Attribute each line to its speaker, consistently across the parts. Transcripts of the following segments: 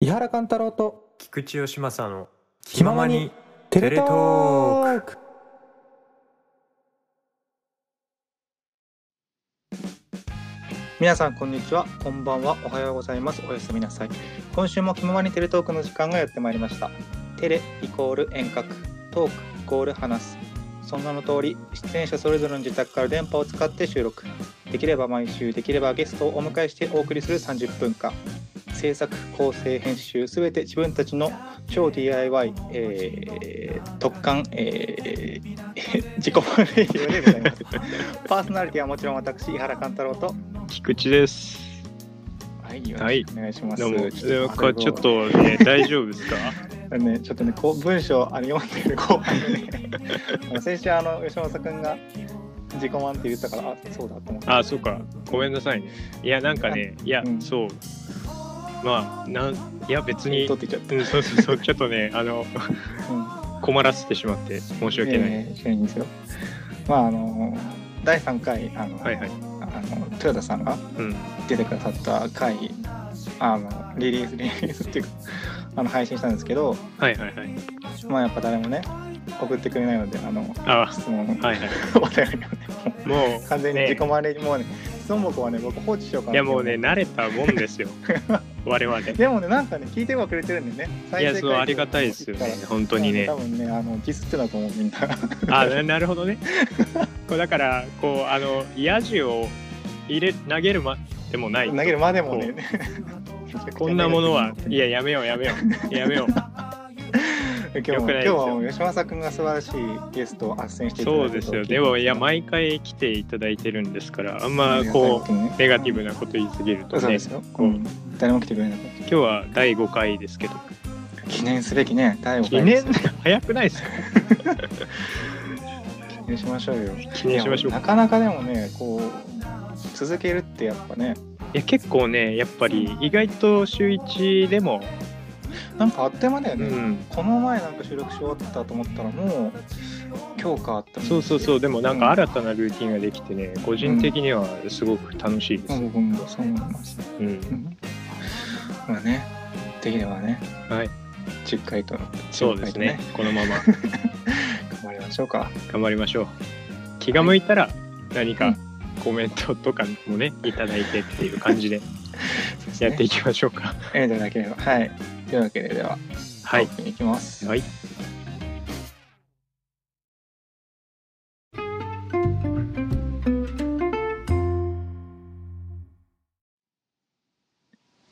Speaker 1: 伊原貫太郎と
Speaker 2: 菊池義正の
Speaker 1: 気ままにテレトーク
Speaker 3: 皆さんこんにちはこんばんはおはようございますおやすみなさい今週も気ままにテレトークの時間がやってまいりましたテレイコール遠隔トークイコール話すその名の通り出演者それぞれの自宅から電波を使って収録できれば毎週できればゲストをお迎えしてお送りする30分間制作構成編集すべて自分たちの超 DIY、えー特感、えー 自己満レイディオでございますパーソナリティはもちろん私井原貫太郎と
Speaker 4: 菊池です。
Speaker 3: はい、よろ
Speaker 4: は
Speaker 3: し
Speaker 4: い
Speaker 3: くお願いします。
Speaker 4: どうも、
Speaker 3: ちょっと
Speaker 4: こちょっとね、 大丈夫ですか。
Speaker 3: あのね、ちょっとね、こう文章あの読んでる後輩でね、あの先週あの吉本君が自己満って言ったから、あ、そうだと思って。
Speaker 4: あ、そうか、ごめんなさいね。いや、なんかね、いや、
Speaker 3: うん
Speaker 4: そう。まあ、なん、いや、別に。
Speaker 3: 取っていっちゃっ
Speaker 4: うん、そうそうそう、ちょっとね、あの、
Speaker 3: た。うん。
Speaker 4: 困らせてしまって、申し訳ない。
Speaker 3: ええいいんですよ。まああの第三回あの、
Speaker 4: はいはい。
Speaker 3: あの豊田さんが
Speaker 4: うん、
Speaker 3: 出てくださった回、あのリリースリリースっていうか あの配信したんですけど、
Speaker 4: はいはいはい。
Speaker 3: まあやっぱ誰もね送ってくれないのであの
Speaker 4: あ、は
Speaker 3: 質問、
Speaker 4: いはい。
Speaker 3: お便りがね。
Speaker 4: もう。
Speaker 3: 完全に
Speaker 4: ね
Speaker 3: 自己満レイもうね質問箱はね僕放置しようかない
Speaker 4: や、もうね、慣れたもん ですよ。我々。い
Speaker 3: でもねなんかね聞いてはくれてるんでね
Speaker 4: や、そう、ありがたいですよね。本当にね
Speaker 3: 多。分ねあのディスってたと思うみんな
Speaker 4: あななるほどねこうだからこうあのヤジを入れ投げるまでもない
Speaker 3: 投げるまでもね
Speaker 4: こんなものはい
Speaker 3: や
Speaker 4: ややめようやめよ うやめよう
Speaker 3: 今日も
Speaker 4: よく
Speaker 3: 今
Speaker 4: ないです
Speaker 3: 日
Speaker 4: よ
Speaker 3: はもう吉正君が素晴らしいゲストを斡旋していただいて
Speaker 4: そうですよでもいや毎回来ていただいてるんですからあんまこうネガティブなこと言いすぎると
Speaker 3: そう
Speaker 4: ね
Speaker 3: ですよ、
Speaker 4: こう
Speaker 3: うん誰も来てくれなかっ
Speaker 4: 今日は第5回ですけど
Speaker 3: た記念すべきね第5
Speaker 4: 記
Speaker 3: 回
Speaker 4: 念
Speaker 3: です
Speaker 4: 早くないですか
Speaker 3: 記念しましょうよ
Speaker 4: 記念しましょう
Speaker 3: いや
Speaker 4: か
Speaker 3: なかなかでもねこう続けるってやっぱね
Speaker 4: いや結構ねやっぱり意外と週1でも
Speaker 3: なんかあっという間だよ
Speaker 4: う
Speaker 3: ね、
Speaker 4: ん
Speaker 3: この前なんか収録し終わったと思ったらもう今日かって
Speaker 4: そうそうそうでもなんか
Speaker 3: うん
Speaker 4: 新たなルーティンができてね個人的にはすごく楽しいで
Speaker 3: う
Speaker 4: す、
Speaker 3: ん僕もそう思います、
Speaker 4: うん
Speaker 3: うん、まあねできればね
Speaker 4: はい
Speaker 3: 10回と
Speaker 4: そうですね。このまま
Speaker 3: 頑張りましょうか
Speaker 4: 頑張りましょう。気が向いたら何かコメントとかもね、いただいてっていう感じでやっていきましょうか。
Speaker 3: えいただければはいというわけででは
Speaker 4: はい。
Speaker 3: いきます
Speaker 4: はい。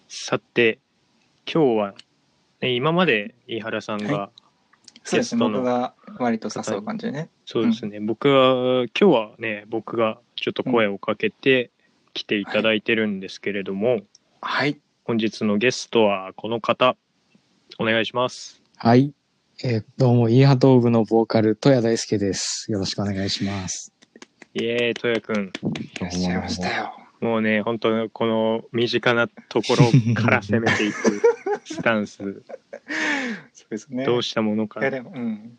Speaker 4: さて、今日は、ね、今まで飯原さんが、
Speaker 3: はそうですね
Speaker 4: ゲストの
Speaker 3: 僕が割と誘う感じでね
Speaker 4: そうですね、僕は今日はね僕がちょっと声をかけて来ていただいてるんですけれども、
Speaker 3: はい
Speaker 4: 本日のゲストはこの方お願いします
Speaker 5: はい。えーどうも、イーハトーブのボーカル、戸谷大輔です。よろしくお願いします。
Speaker 4: イエーイとやく
Speaker 3: い
Speaker 4: ん
Speaker 3: らっしゃいましたよ
Speaker 4: もうね本当この身近なところから攻めていくスタン ス
Speaker 3: そうですね
Speaker 4: どうしたものか
Speaker 3: いやでもうん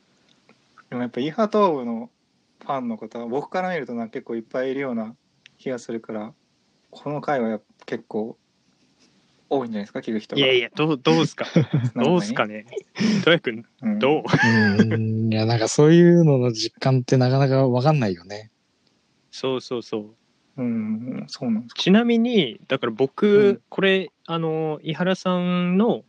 Speaker 3: でもやっぱイーハトーブのファンの方は僕から見るとなんか結構いっぱいいるような気がするからこの回はやっぱ結構多いんじゃないですか聞く人
Speaker 4: い
Speaker 3: が
Speaker 4: やいやどうどうす かどうすか
Speaker 3: ね、
Speaker 4: ねとやくん
Speaker 3: うん
Speaker 4: どう
Speaker 5: うーん。いや、なんかそういうのの実感ってなかなかわかんないよね。
Speaker 4: そうそうそう
Speaker 3: うんそうなんですか
Speaker 4: ちなみにだから僕、
Speaker 3: うん
Speaker 4: これあの井原さんの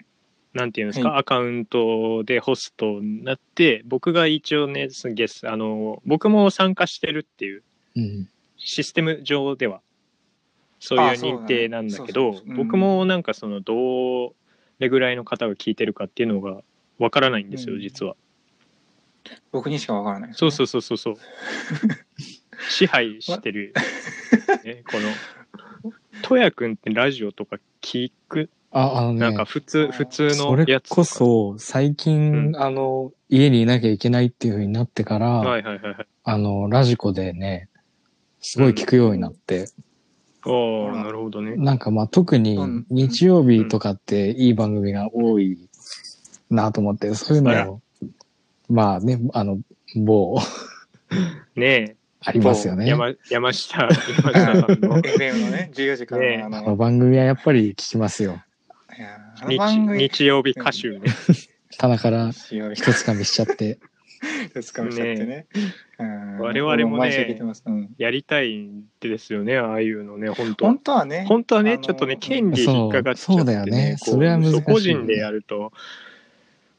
Speaker 4: なんていうんですか、アカウントでホストになって僕が一応ねそのゲスあの僕も参加してるっていう
Speaker 5: うん。
Speaker 4: システム上ではそういう
Speaker 3: あそうだね
Speaker 4: 認定なんだけど
Speaker 3: そうそうそううん
Speaker 4: 僕もなんかそのどれぐらいの方が聞いてるかっていうのがわからないんです
Speaker 3: う
Speaker 4: よ、
Speaker 3: ん
Speaker 4: 実は
Speaker 3: 僕にしかわからないです
Speaker 4: そ
Speaker 3: ね、
Speaker 4: うそうそうそうそう 支配してる、ね、このとやくんってラジオとか聞く
Speaker 5: あ、あのね、
Speaker 4: なんか普通、
Speaker 3: あー
Speaker 4: 普通
Speaker 5: そ
Speaker 4: のや
Speaker 5: れ
Speaker 4: つとか。
Speaker 5: こそ、最近、
Speaker 4: うん
Speaker 5: あの、家にいなきゃいけないっていう風になってから、
Speaker 4: はいはいはいはい。
Speaker 5: あの、ラジコでね、すごい聞くようになって、
Speaker 4: お
Speaker 3: ほら
Speaker 4: ーなるほどね。
Speaker 5: なんかまあ特に
Speaker 3: うん
Speaker 5: 日曜日とかっていい番組が多いなと思って、そういう
Speaker 4: あ
Speaker 5: の
Speaker 4: ら
Speaker 5: を、まあね、あの、某、
Speaker 4: ね
Speaker 5: ありますよ
Speaker 4: え、
Speaker 5: ね。
Speaker 4: 山、山下、山下さん の。
Speaker 3: FM のね14時からの
Speaker 4: ねえ
Speaker 3: あ
Speaker 5: あ
Speaker 3: の
Speaker 5: の番組はやっぱり聞きますよ。
Speaker 3: いやあの
Speaker 4: 日
Speaker 3: 番組
Speaker 4: 日曜日歌手ね。
Speaker 5: 棚から
Speaker 3: 強い
Speaker 5: 一つかみしちゃって。
Speaker 3: ですかもしちゃってね。うん
Speaker 4: 我々もね
Speaker 3: 僕毎週聞いてますうん
Speaker 4: やりたいんですよね、ああいうのね、本当
Speaker 3: 本当はね、
Speaker 4: 本当は
Speaker 3: あ
Speaker 4: ね、
Speaker 3: の
Speaker 4: ちょっとね、権利引っかかっち
Speaker 5: そう
Speaker 4: ゃ
Speaker 5: そ
Speaker 4: っ
Speaker 5: うだ
Speaker 4: て
Speaker 5: よね
Speaker 4: ね、こう
Speaker 5: それは難しい
Speaker 4: 個人でやると。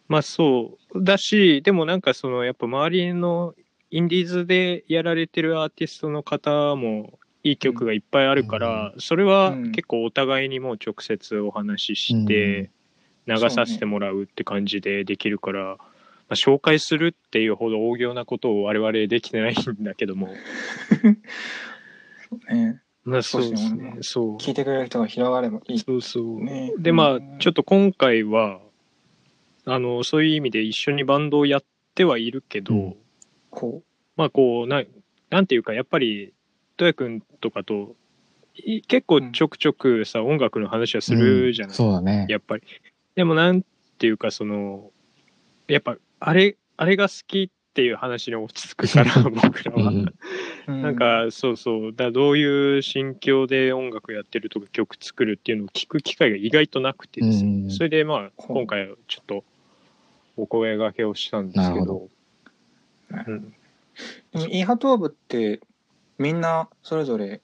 Speaker 4: まあそうだし、でもなんかその、やっぱ周りのインディーズでやられてるアーティストの方も、いい曲がいっぱいあるから、それは
Speaker 3: うん
Speaker 4: 結構お互いにもう直接お話しして、流させてもらうって感じでできるから、まあ、紹介するっていうほど大行なことを我々できてないんだけども、
Speaker 3: ね
Speaker 4: まあそうです
Speaker 3: そうです
Speaker 4: ね
Speaker 3: ね、
Speaker 4: そう。
Speaker 3: 聞いてくれる人が広がればいい
Speaker 4: そうそう。
Speaker 3: ね
Speaker 4: でま
Speaker 3: う
Speaker 4: あ
Speaker 3: ん
Speaker 4: ちょっと今回はあのそういう意味で一緒にバンドをやってはいるけど、
Speaker 5: うん
Speaker 3: こ
Speaker 4: まあこうななんていうかやっぱりトヤ君とかとい結構ちょくちょくさ、音楽の話はするじゃ
Speaker 5: う
Speaker 4: なんい、
Speaker 5: そうだね。
Speaker 4: やっぱり。でもなんていうかそのやっぱあれあれが好きっていう話に落ち着くから 僕らは。
Speaker 5: うん
Speaker 3: う。う
Speaker 4: なん、かそうそうだどういう心境で音楽やってるとか曲作るっていうのを聞く機会が意外となくてですね、
Speaker 5: うん
Speaker 4: それでまあ
Speaker 3: ほう
Speaker 4: 今回はちょっとお声掛けをしたんですけ
Speaker 5: なる
Speaker 4: ど
Speaker 5: ほ
Speaker 4: うん
Speaker 3: でもイーハトーブってみんなそれぞれ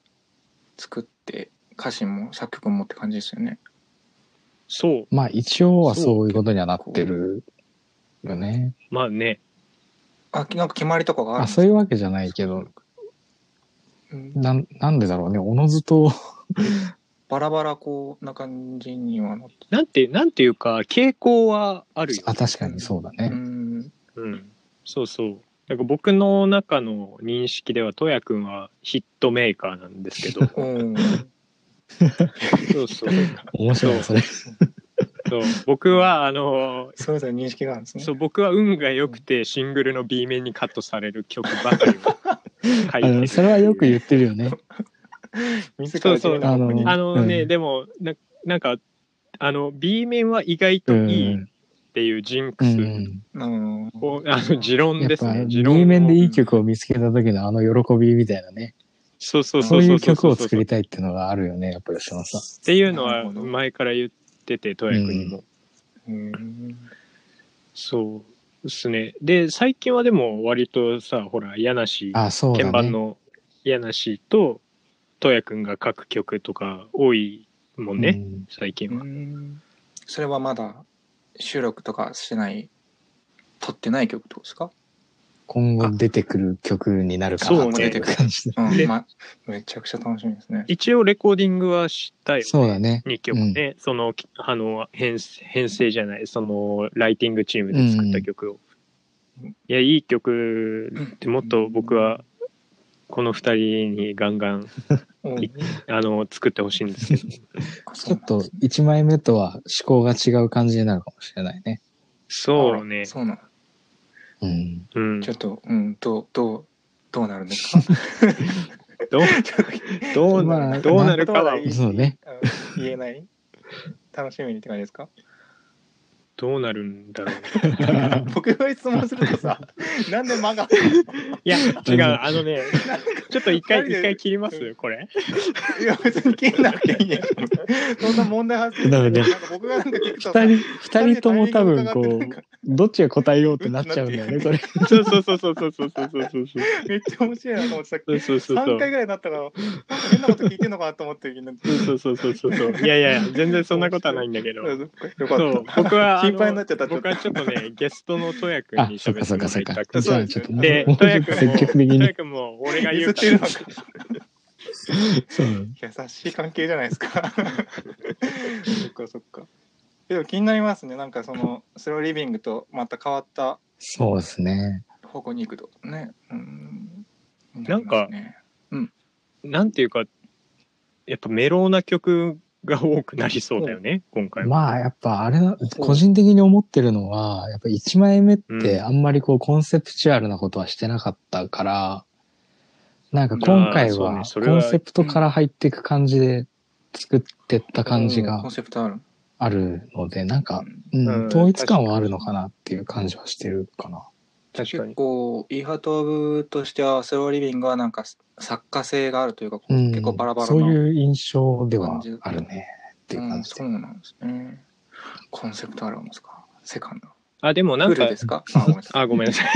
Speaker 3: 作って歌詞も作曲もって感じですよね。
Speaker 4: そう
Speaker 5: まあ一応はそういうことにはなってるよね。
Speaker 4: まあね
Speaker 3: あ、なんか決まりとかがあるん
Speaker 5: あ、
Speaker 3: です
Speaker 5: そういうわけじゃないけど、
Speaker 3: うん
Speaker 5: なん、なんでだろうね。おのずと、
Speaker 3: バラバラこうな感じにはなって。
Speaker 4: なんてなんていうか傾向はあるよ、
Speaker 5: あ、確かにそうだ
Speaker 3: う
Speaker 5: ね。
Speaker 3: ん
Speaker 4: うん、そうそうなんか僕の中の認識ではトヤ君はヒットメーカーなんですけ ど
Speaker 3: うん
Speaker 4: そうそう
Speaker 5: 面白い、それ。
Speaker 4: そう僕はあの
Speaker 3: それぞれ認識があるんですね。
Speaker 4: そう僕は運が良くてシングルの B 面にカットされる曲ば かりを書い
Speaker 5: あ
Speaker 4: て
Speaker 5: の
Speaker 4: る
Speaker 5: それはよく言ってるよね。
Speaker 3: 自ら自分の箱に
Speaker 5: そうそう
Speaker 4: あのね、
Speaker 5: うん
Speaker 4: でもななんかあの B 面は意外
Speaker 5: う
Speaker 4: と
Speaker 5: ん。
Speaker 4: いいっていうジンク
Speaker 5: う
Speaker 4: ス、
Speaker 5: ん。
Speaker 3: うん
Speaker 4: こうあの持論
Speaker 5: やっ
Speaker 4: です
Speaker 5: ぱ、
Speaker 4: ね持
Speaker 5: B
Speaker 4: 論を
Speaker 5: 面でいい曲を見つけた時のあの喜びみたいなね。
Speaker 4: そうそう
Speaker 5: そ
Speaker 4: そうう
Speaker 5: い
Speaker 4: そううそう
Speaker 5: 曲を作
Speaker 4: っ
Speaker 5: りたいっていうのがあるよね、やっぱりそのさん。
Speaker 4: ていうの
Speaker 3: な
Speaker 4: は
Speaker 3: るほど
Speaker 4: 前から言っててトヤ君にも、
Speaker 3: うん
Speaker 4: そうですねで最近はでも割とさほら柳
Speaker 5: あ、そう
Speaker 4: 鍵
Speaker 5: だ
Speaker 4: 盤
Speaker 5: ね。
Speaker 4: の柳氏と戸谷君が書く曲とか多いもんね、
Speaker 5: うん
Speaker 4: 最近
Speaker 3: う
Speaker 4: は。
Speaker 3: んそれはまだ収録とかしてない撮ってない曲ってことですか、
Speaker 5: 今後出てくる曲になるかな
Speaker 4: そう
Speaker 5: っ
Speaker 4: ね
Speaker 5: ていう感じで。
Speaker 3: うん
Speaker 4: で
Speaker 3: まあ、めちゃくちゃ楽しみですね。
Speaker 4: 一応レコーディングはしたよ、ね、
Speaker 5: そうだね。
Speaker 4: 2曲ね、そのきあの編編成じゃないそのライティングチームで作った曲を。
Speaker 3: うん
Speaker 4: いやいい曲ってもっと僕はこの2人にガンガン
Speaker 3: うん
Speaker 4: いあの作ってほしいんですけど
Speaker 5: ちょっと1枚目とは思考が違う感じになるかもしれないね。
Speaker 4: そうね
Speaker 3: あそうなの
Speaker 5: うん。
Speaker 4: うん
Speaker 3: ちょっと、うん、どう、どう、どうなるのか。
Speaker 4: どうどう
Speaker 5: まあ
Speaker 4: どうなるかは
Speaker 3: なんと
Speaker 5: そうね。
Speaker 3: うん言えない楽しみにって感じですか
Speaker 4: どうなるんだろう
Speaker 3: 僕が質問するとさ、なんで間が。
Speaker 4: いや違うあ のねちょっと一回
Speaker 3: 二人で
Speaker 4: 一回切りますこれ
Speaker 3: いや、別に気になるけんや。そんな問題発生
Speaker 5: だからね
Speaker 3: なんか僕がなんか聞くとさ
Speaker 5: 二人、二人とも多分
Speaker 3: 二
Speaker 5: こ
Speaker 3: 人でタイミングが伺ってなんか
Speaker 5: う、どっちが答えようってなっちゃうんだよね、それ。
Speaker 4: そうそうそうそうそうそうそうそうそう
Speaker 3: めっちゃ面白いなと思ってさ
Speaker 4: そうそうそうそう
Speaker 3: 3回ぐらいになったから、なんか変なこと聞いてんのかなと思って、みんな。
Speaker 4: そうそうそうそうそういやいや全然そんなことはないんだけど
Speaker 3: よか
Speaker 4: そ
Speaker 3: っ
Speaker 4: う僕は
Speaker 3: 心配になっちゃった
Speaker 4: あの僕はちょっとねゲストのトヤ君
Speaker 5: あ
Speaker 4: に、
Speaker 5: そっ
Speaker 4: 喋ってもら
Speaker 5: かそっかそっ
Speaker 4: いた
Speaker 5: か。
Speaker 4: く
Speaker 5: じゃ
Speaker 4: て
Speaker 5: あちょっと、
Speaker 4: で
Speaker 5: もう
Speaker 4: トヤ君も
Speaker 5: 積極的
Speaker 4: ト
Speaker 5: に
Speaker 4: ヤ。君も俺
Speaker 3: た。
Speaker 4: が言
Speaker 3: 譲
Speaker 4: う
Speaker 3: っ
Speaker 4: か
Speaker 3: てる
Speaker 4: ら
Speaker 3: のか。
Speaker 5: そう
Speaker 3: 優しい関係じゃないですかそっかそっかでも気になりますねなんかそのスローリビングとまた変わった
Speaker 5: そうですね。
Speaker 3: 方向に行くとねうん
Speaker 4: なんか
Speaker 3: りますね
Speaker 4: なんていうかやっぱメローな曲が多くなりそうだよね今回は。
Speaker 5: まあやっぱあれな、個人的に思ってるのは、やっぱ1枚目ってあんまりこうコンセプチュアルなことはしてなかったから、なんか今
Speaker 4: あ
Speaker 5: 回
Speaker 4: ーそう
Speaker 5: は
Speaker 4: ねそれ
Speaker 5: コ
Speaker 4: は
Speaker 5: ンセプトから入っていく感じで作ってった感じ
Speaker 3: うんコ
Speaker 5: が
Speaker 3: ンセプトある
Speaker 5: あるので、なんか、う
Speaker 4: うん
Speaker 5: ん、統一感はあるのかなっていう感じはしてるかな。
Speaker 4: 確か
Speaker 3: 結
Speaker 4: に。
Speaker 3: 構イーハトーブとしてはスローリビングはなんか作家性があるというか、
Speaker 5: うん、
Speaker 3: 結構バラバラな
Speaker 5: そういう印象ではあるねっていう
Speaker 3: う
Speaker 5: 感
Speaker 3: ん
Speaker 5: じ
Speaker 3: そ
Speaker 5: で。
Speaker 3: うなんですねコンセプトアルバムですかセカンド。
Speaker 4: あ、でもなん
Speaker 3: フル
Speaker 4: か
Speaker 3: で、すかあ、ごめんなさい。
Speaker 4: あ、ごめんなさい。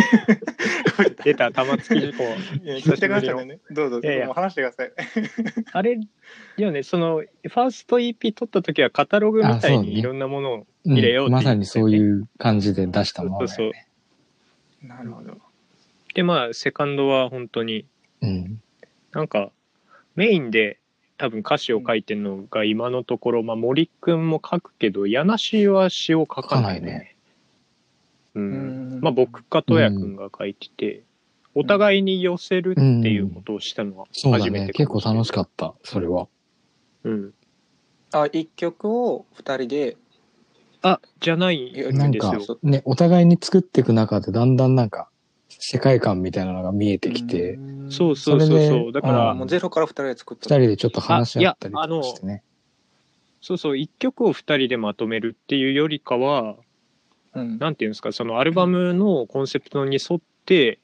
Speaker 4: 出た、玉突き事故。
Speaker 3: いや聞いてくださいね。どうぞ、
Speaker 4: いやいや
Speaker 3: もう話してください。
Speaker 4: あれ、よね、その、ファースト EP 撮った時はカタログみたい
Speaker 5: あそうね
Speaker 4: にいろんなものを、
Speaker 5: うん
Speaker 4: 入れようっていう
Speaker 5: まさにそういう感じで出した
Speaker 4: そう
Speaker 5: も
Speaker 4: そ
Speaker 5: の
Speaker 4: う
Speaker 5: だよね。
Speaker 3: なるほど。
Speaker 4: で、まあ、セカンドは本当に、
Speaker 5: うん
Speaker 4: なんか、メインで多分歌詞を書いてるのが今のところ、まあ、森くんも書くけど、柳氏は詩を書かない
Speaker 5: 書かない
Speaker 4: ね。う。
Speaker 3: うんん
Speaker 4: まあ、僕かとやくんが書いてて、お互いに寄せるっていうことをしたのは
Speaker 5: そうだ
Speaker 4: 初め
Speaker 5: ね。
Speaker 4: て
Speaker 5: 結構楽し
Speaker 4: っ
Speaker 5: かった、それは。
Speaker 4: た。うん。
Speaker 3: あ、一曲を二人で、
Speaker 4: あ、じゃないんですよ。
Speaker 5: なんか、ね、お互いに作っていく中で、だんだんなんか、世界観みたいなのが見えてきて、
Speaker 3: ん
Speaker 4: そうそうそう
Speaker 5: それ
Speaker 4: そ
Speaker 5: で
Speaker 4: う。だか
Speaker 3: あ
Speaker 4: ら
Speaker 5: ん
Speaker 3: もうゼロから二人で作っ
Speaker 5: 二
Speaker 3: た。
Speaker 5: 人でちょっと話し合ったり
Speaker 4: あいや
Speaker 5: とかしてね。
Speaker 4: そうそう一曲を二人でまとめるっていうよりかは
Speaker 3: うん
Speaker 4: なんていうんですかそのアルバムのコンセプトに沿って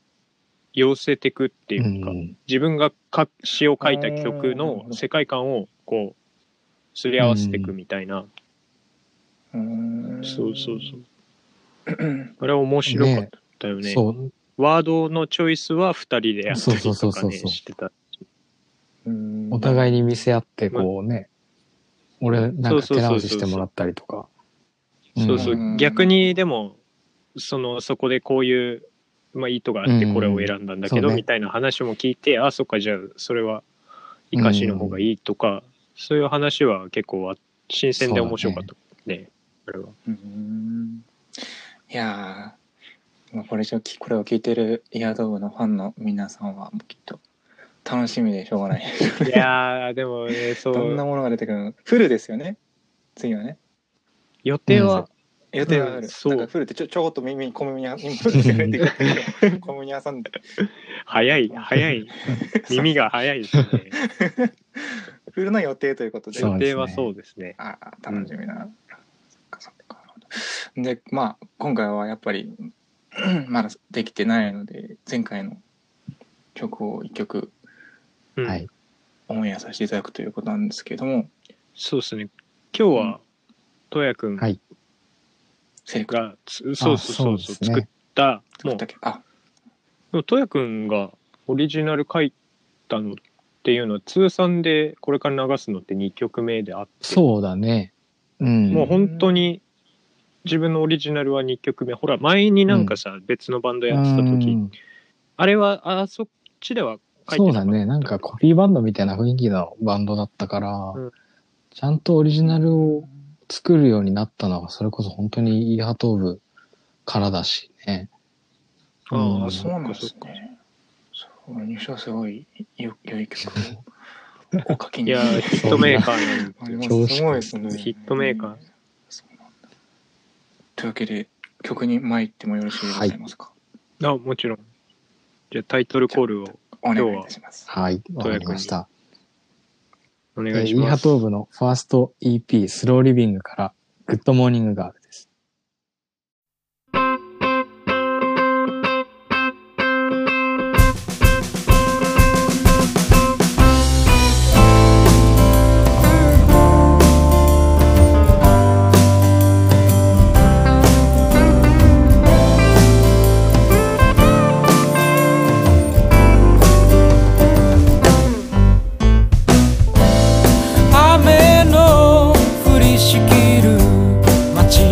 Speaker 4: 寄せてくっていうか、
Speaker 5: うん
Speaker 4: 自分がか詩を書いた曲の世界観をこうすり合わせていくみたいな、
Speaker 3: うん
Speaker 4: そうそうそうこれは面白かったよね
Speaker 5: そう。
Speaker 4: ワードのチョイスは二人でやったり
Speaker 5: そうそ
Speaker 4: と
Speaker 5: うそ
Speaker 4: か
Speaker 5: う
Speaker 4: ね
Speaker 5: そう
Speaker 4: してた
Speaker 3: うん。
Speaker 5: お互いに見せ合って、こうね、俺、なんか手直ししてもらったりとか。
Speaker 4: そうそう、
Speaker 3: うん
Speaker 4: 逆にでもそのそこでこういう、まあ、意図があって
Speaker 5: うん
Speaker 4: これを選んだんだけ
Speaker 5: そ
Speaker 4: ど、
Speaker 5: うね
Speaker 4: みたいな話も聞いてあそっかじゃあそれはイカシの方がいいとか、そういう話は結構あ新鮮で面白かったねこ れは
Speaker 3: うんいやー、まあ、これ以上きこれを聞いてるイヤードーブのファンの皆さんはもうきっと楽しみでしょうがない。
Speaker 4: いやーでもね そ
Speaker 3: どんな
Speaker 4: う
Speaker 3: ものが出てくるのフルですよね。次はね。
Speaker 4: 予定は、
Speaker 3: 予定があ
Speaker 4: うん
Speaker 3: る。
Speaker 4: そう
Speaker 3: だからフルってちょちょこっと耳に小耳に小耳に 挟んで小耳に挟んで。
Speaker 4: 早い早 い耳が早いですね
Speaker 3: フルの予定ということで。
Speaker 5: そう
Speaker 4: 予
Speaker 5: ですね
Speaker 4: 定はそうですね
Speaker 3: ああ楽しみだな。そっかそっかでまあ今回はやっぱり まだできてないので前回の曲を一曲
Speaker 4: うん
Speaker 5: はい
Speaker 3: オンエアさせていただくということなんですけども
Speaker 4: そうですね今日はとやくん
Speaker 5: は
Speaker 4: が
Speaker 5: い。
Speaker 3: セレクト
Speaker 4: つそうそうそうそう
Speaker 5: あそうですね
Speaker 4: 作った
Speaker 3: だ
Speaker 4: も
Speaker 3: っ
Speaker 4: う
Speaker 3: たっけあ
Speaker 4: でも、とやくんがオリジナル書いたのっていうのは、通算でこれから流すのって2曲目であって、
Speaker 5: そうだね。うん。
Speaker 4: もう本当に自分のオリジナルは2曲目。ほら、前になんかさ、別のバンドやってた時、
Speaker 5: うん
Speaker 4: あれは、あそっちでは書いて
Speaker 5: そう
Speaker 4: なかった
Speaker 5: だね。なんかコピーバンドみたいな雰囲気のバンドだったから、
Speaker 4: うん
Speaker 5: ちゃんとオリジナルを作るようになったのは、それこそ本当にイーハトーブからだしね。
Speaker 4: あ
Speaker 5: う
Speaker 4: あ、
Speaker 5: ん
Speaker 4: そ
Speaker 3: そう
Speaker 4: っ
Speaker 3: なん
Speaker 4: か
Speaker 3: で
Speaker 4: そっ
Speaker 3: す
Speaker 4: か。
Speaker 3: ねそう入賞すごいよ良い曲をお書き
Speaker 4: い
Speaker 3: に
Speaker 4: やー、ヒットメーカーなんで
Speaker 3: あれもすごいですね
Speaker 4: ヒットメーカー
Speaker 3: そうなんだというわけで曲に参ってもよろしいでございますか、
Speaker 4: あ、もちろん。じゃあタイトルコールを
Speaker 3: お願いいたします。
Speaker 5: はい、わかりました。
Speaker 4: お
Speaker 5: え
Speaker 4: 願
Speaker 5: ー
Speaker 4: いし
Speaker 5: イーハ
Speaker 4: ます。
Speaker 5: トーブのファースト EP スローリビングからグッドモーニングガールです。
Speaker 2: 雨の降りしきる街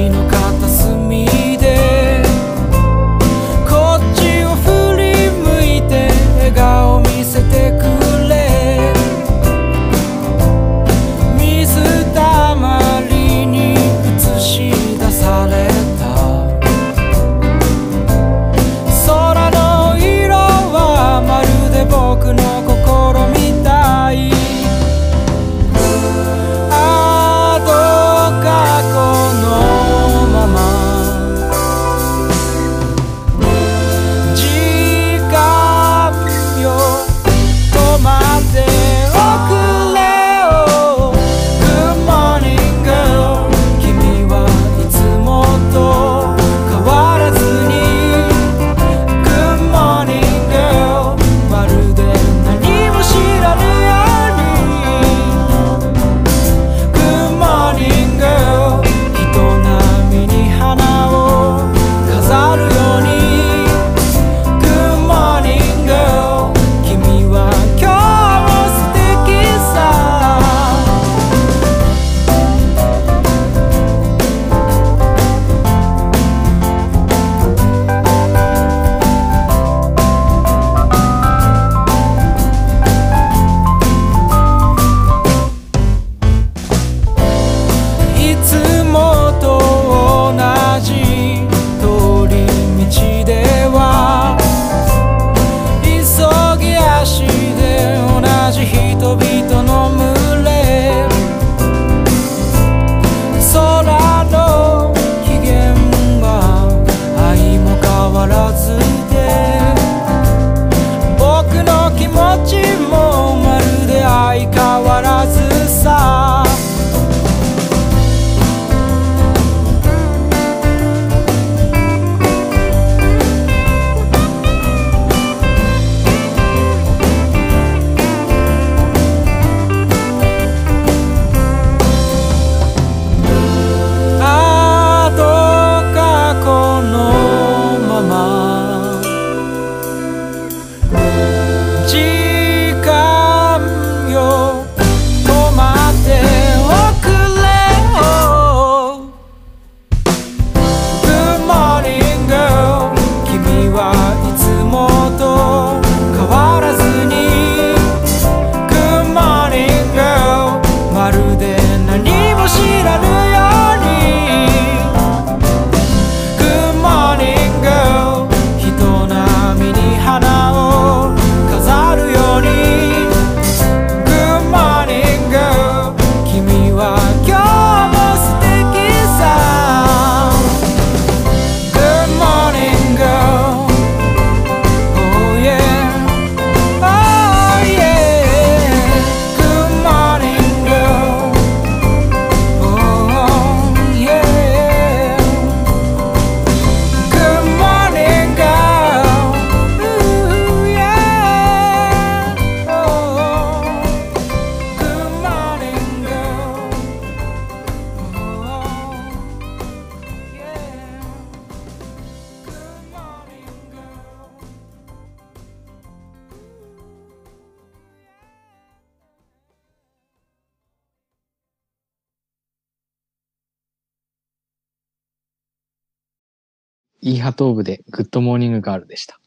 Speaker 5: イーハトーブでグッドモーニングガールでした。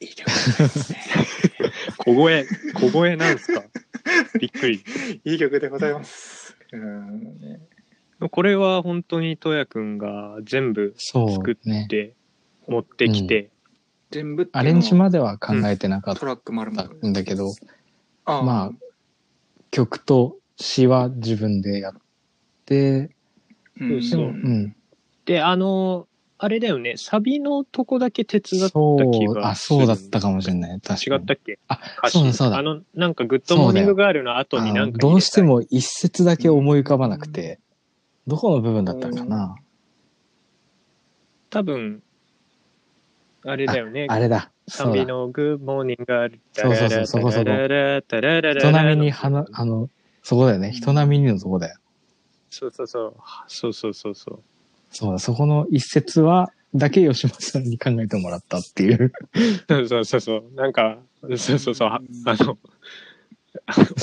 Speaker 3: いい曲ですね
Speaker 4: 小声、小声なんですかびっくり。
Speaker 3: いい曲でございます。 うんね
Speaker 4: これは本当にとやくんが全部
Speaker 5: そ
Speaker 4: 作
Speaker 5: うね
Speaker 4: っ。て持ってきて、
Speaker 3: 全部っていうのは
Speaker 5: アレンジまでは考えてなかっ
Speaker 3: トラック丸々
Speaker 5: たんだけど、
Speaker 3: あ
Speaker 5: まあ、曲と詞は自分でやって、
Speaker 3: う
Speaker 5: でも、うん。
Speaker 4: で、あの、あれだよね、サビのとこだけ手伝った気がす
Speaker 5: そ
Speaker 4: る。
Speaker 5: う、あ、そうだったかもしれない。確か
Speaker 4: 違
Speaker 5: に。
Speaker 4: ったっけ
Speaker 5: あ
Speaker 4: 歌詞
Speaker 5: そうだそうだ
Speaker 4: あの、なんかグッドモーニングガールの後に
Speaker 5: あ
Speaker 4: な
Speaker 5: の
Speaker 4: んか入れたい
Speaker 5: どうして、も一節だけ思い浮かばなくて、どこの部分だったかな、
Speaker 4: 多分、あれだよね。
Speaker 5: あれだ。
Speaker 4: サ
Speaker 5: そう
Speaker 4: ビ
Speaker 5: だ。
Speaker 4: のグッドモーニングガール。
Speaker 5: そうそうそうそこそこ
Speaker 4: タラララタララララ
Speaker 5: 人並みにはな、あの、そこだよね。人並みにのとこだよ。
Speaker 4: そうそうそう。そうそうそうそう。
Speaker 5: そうだ、そこの一節は、だけ吉本さんに考えてもらったっ ていう。
Speaker 4: そうそうそうそう。なんか、そうそうそう。ああ の、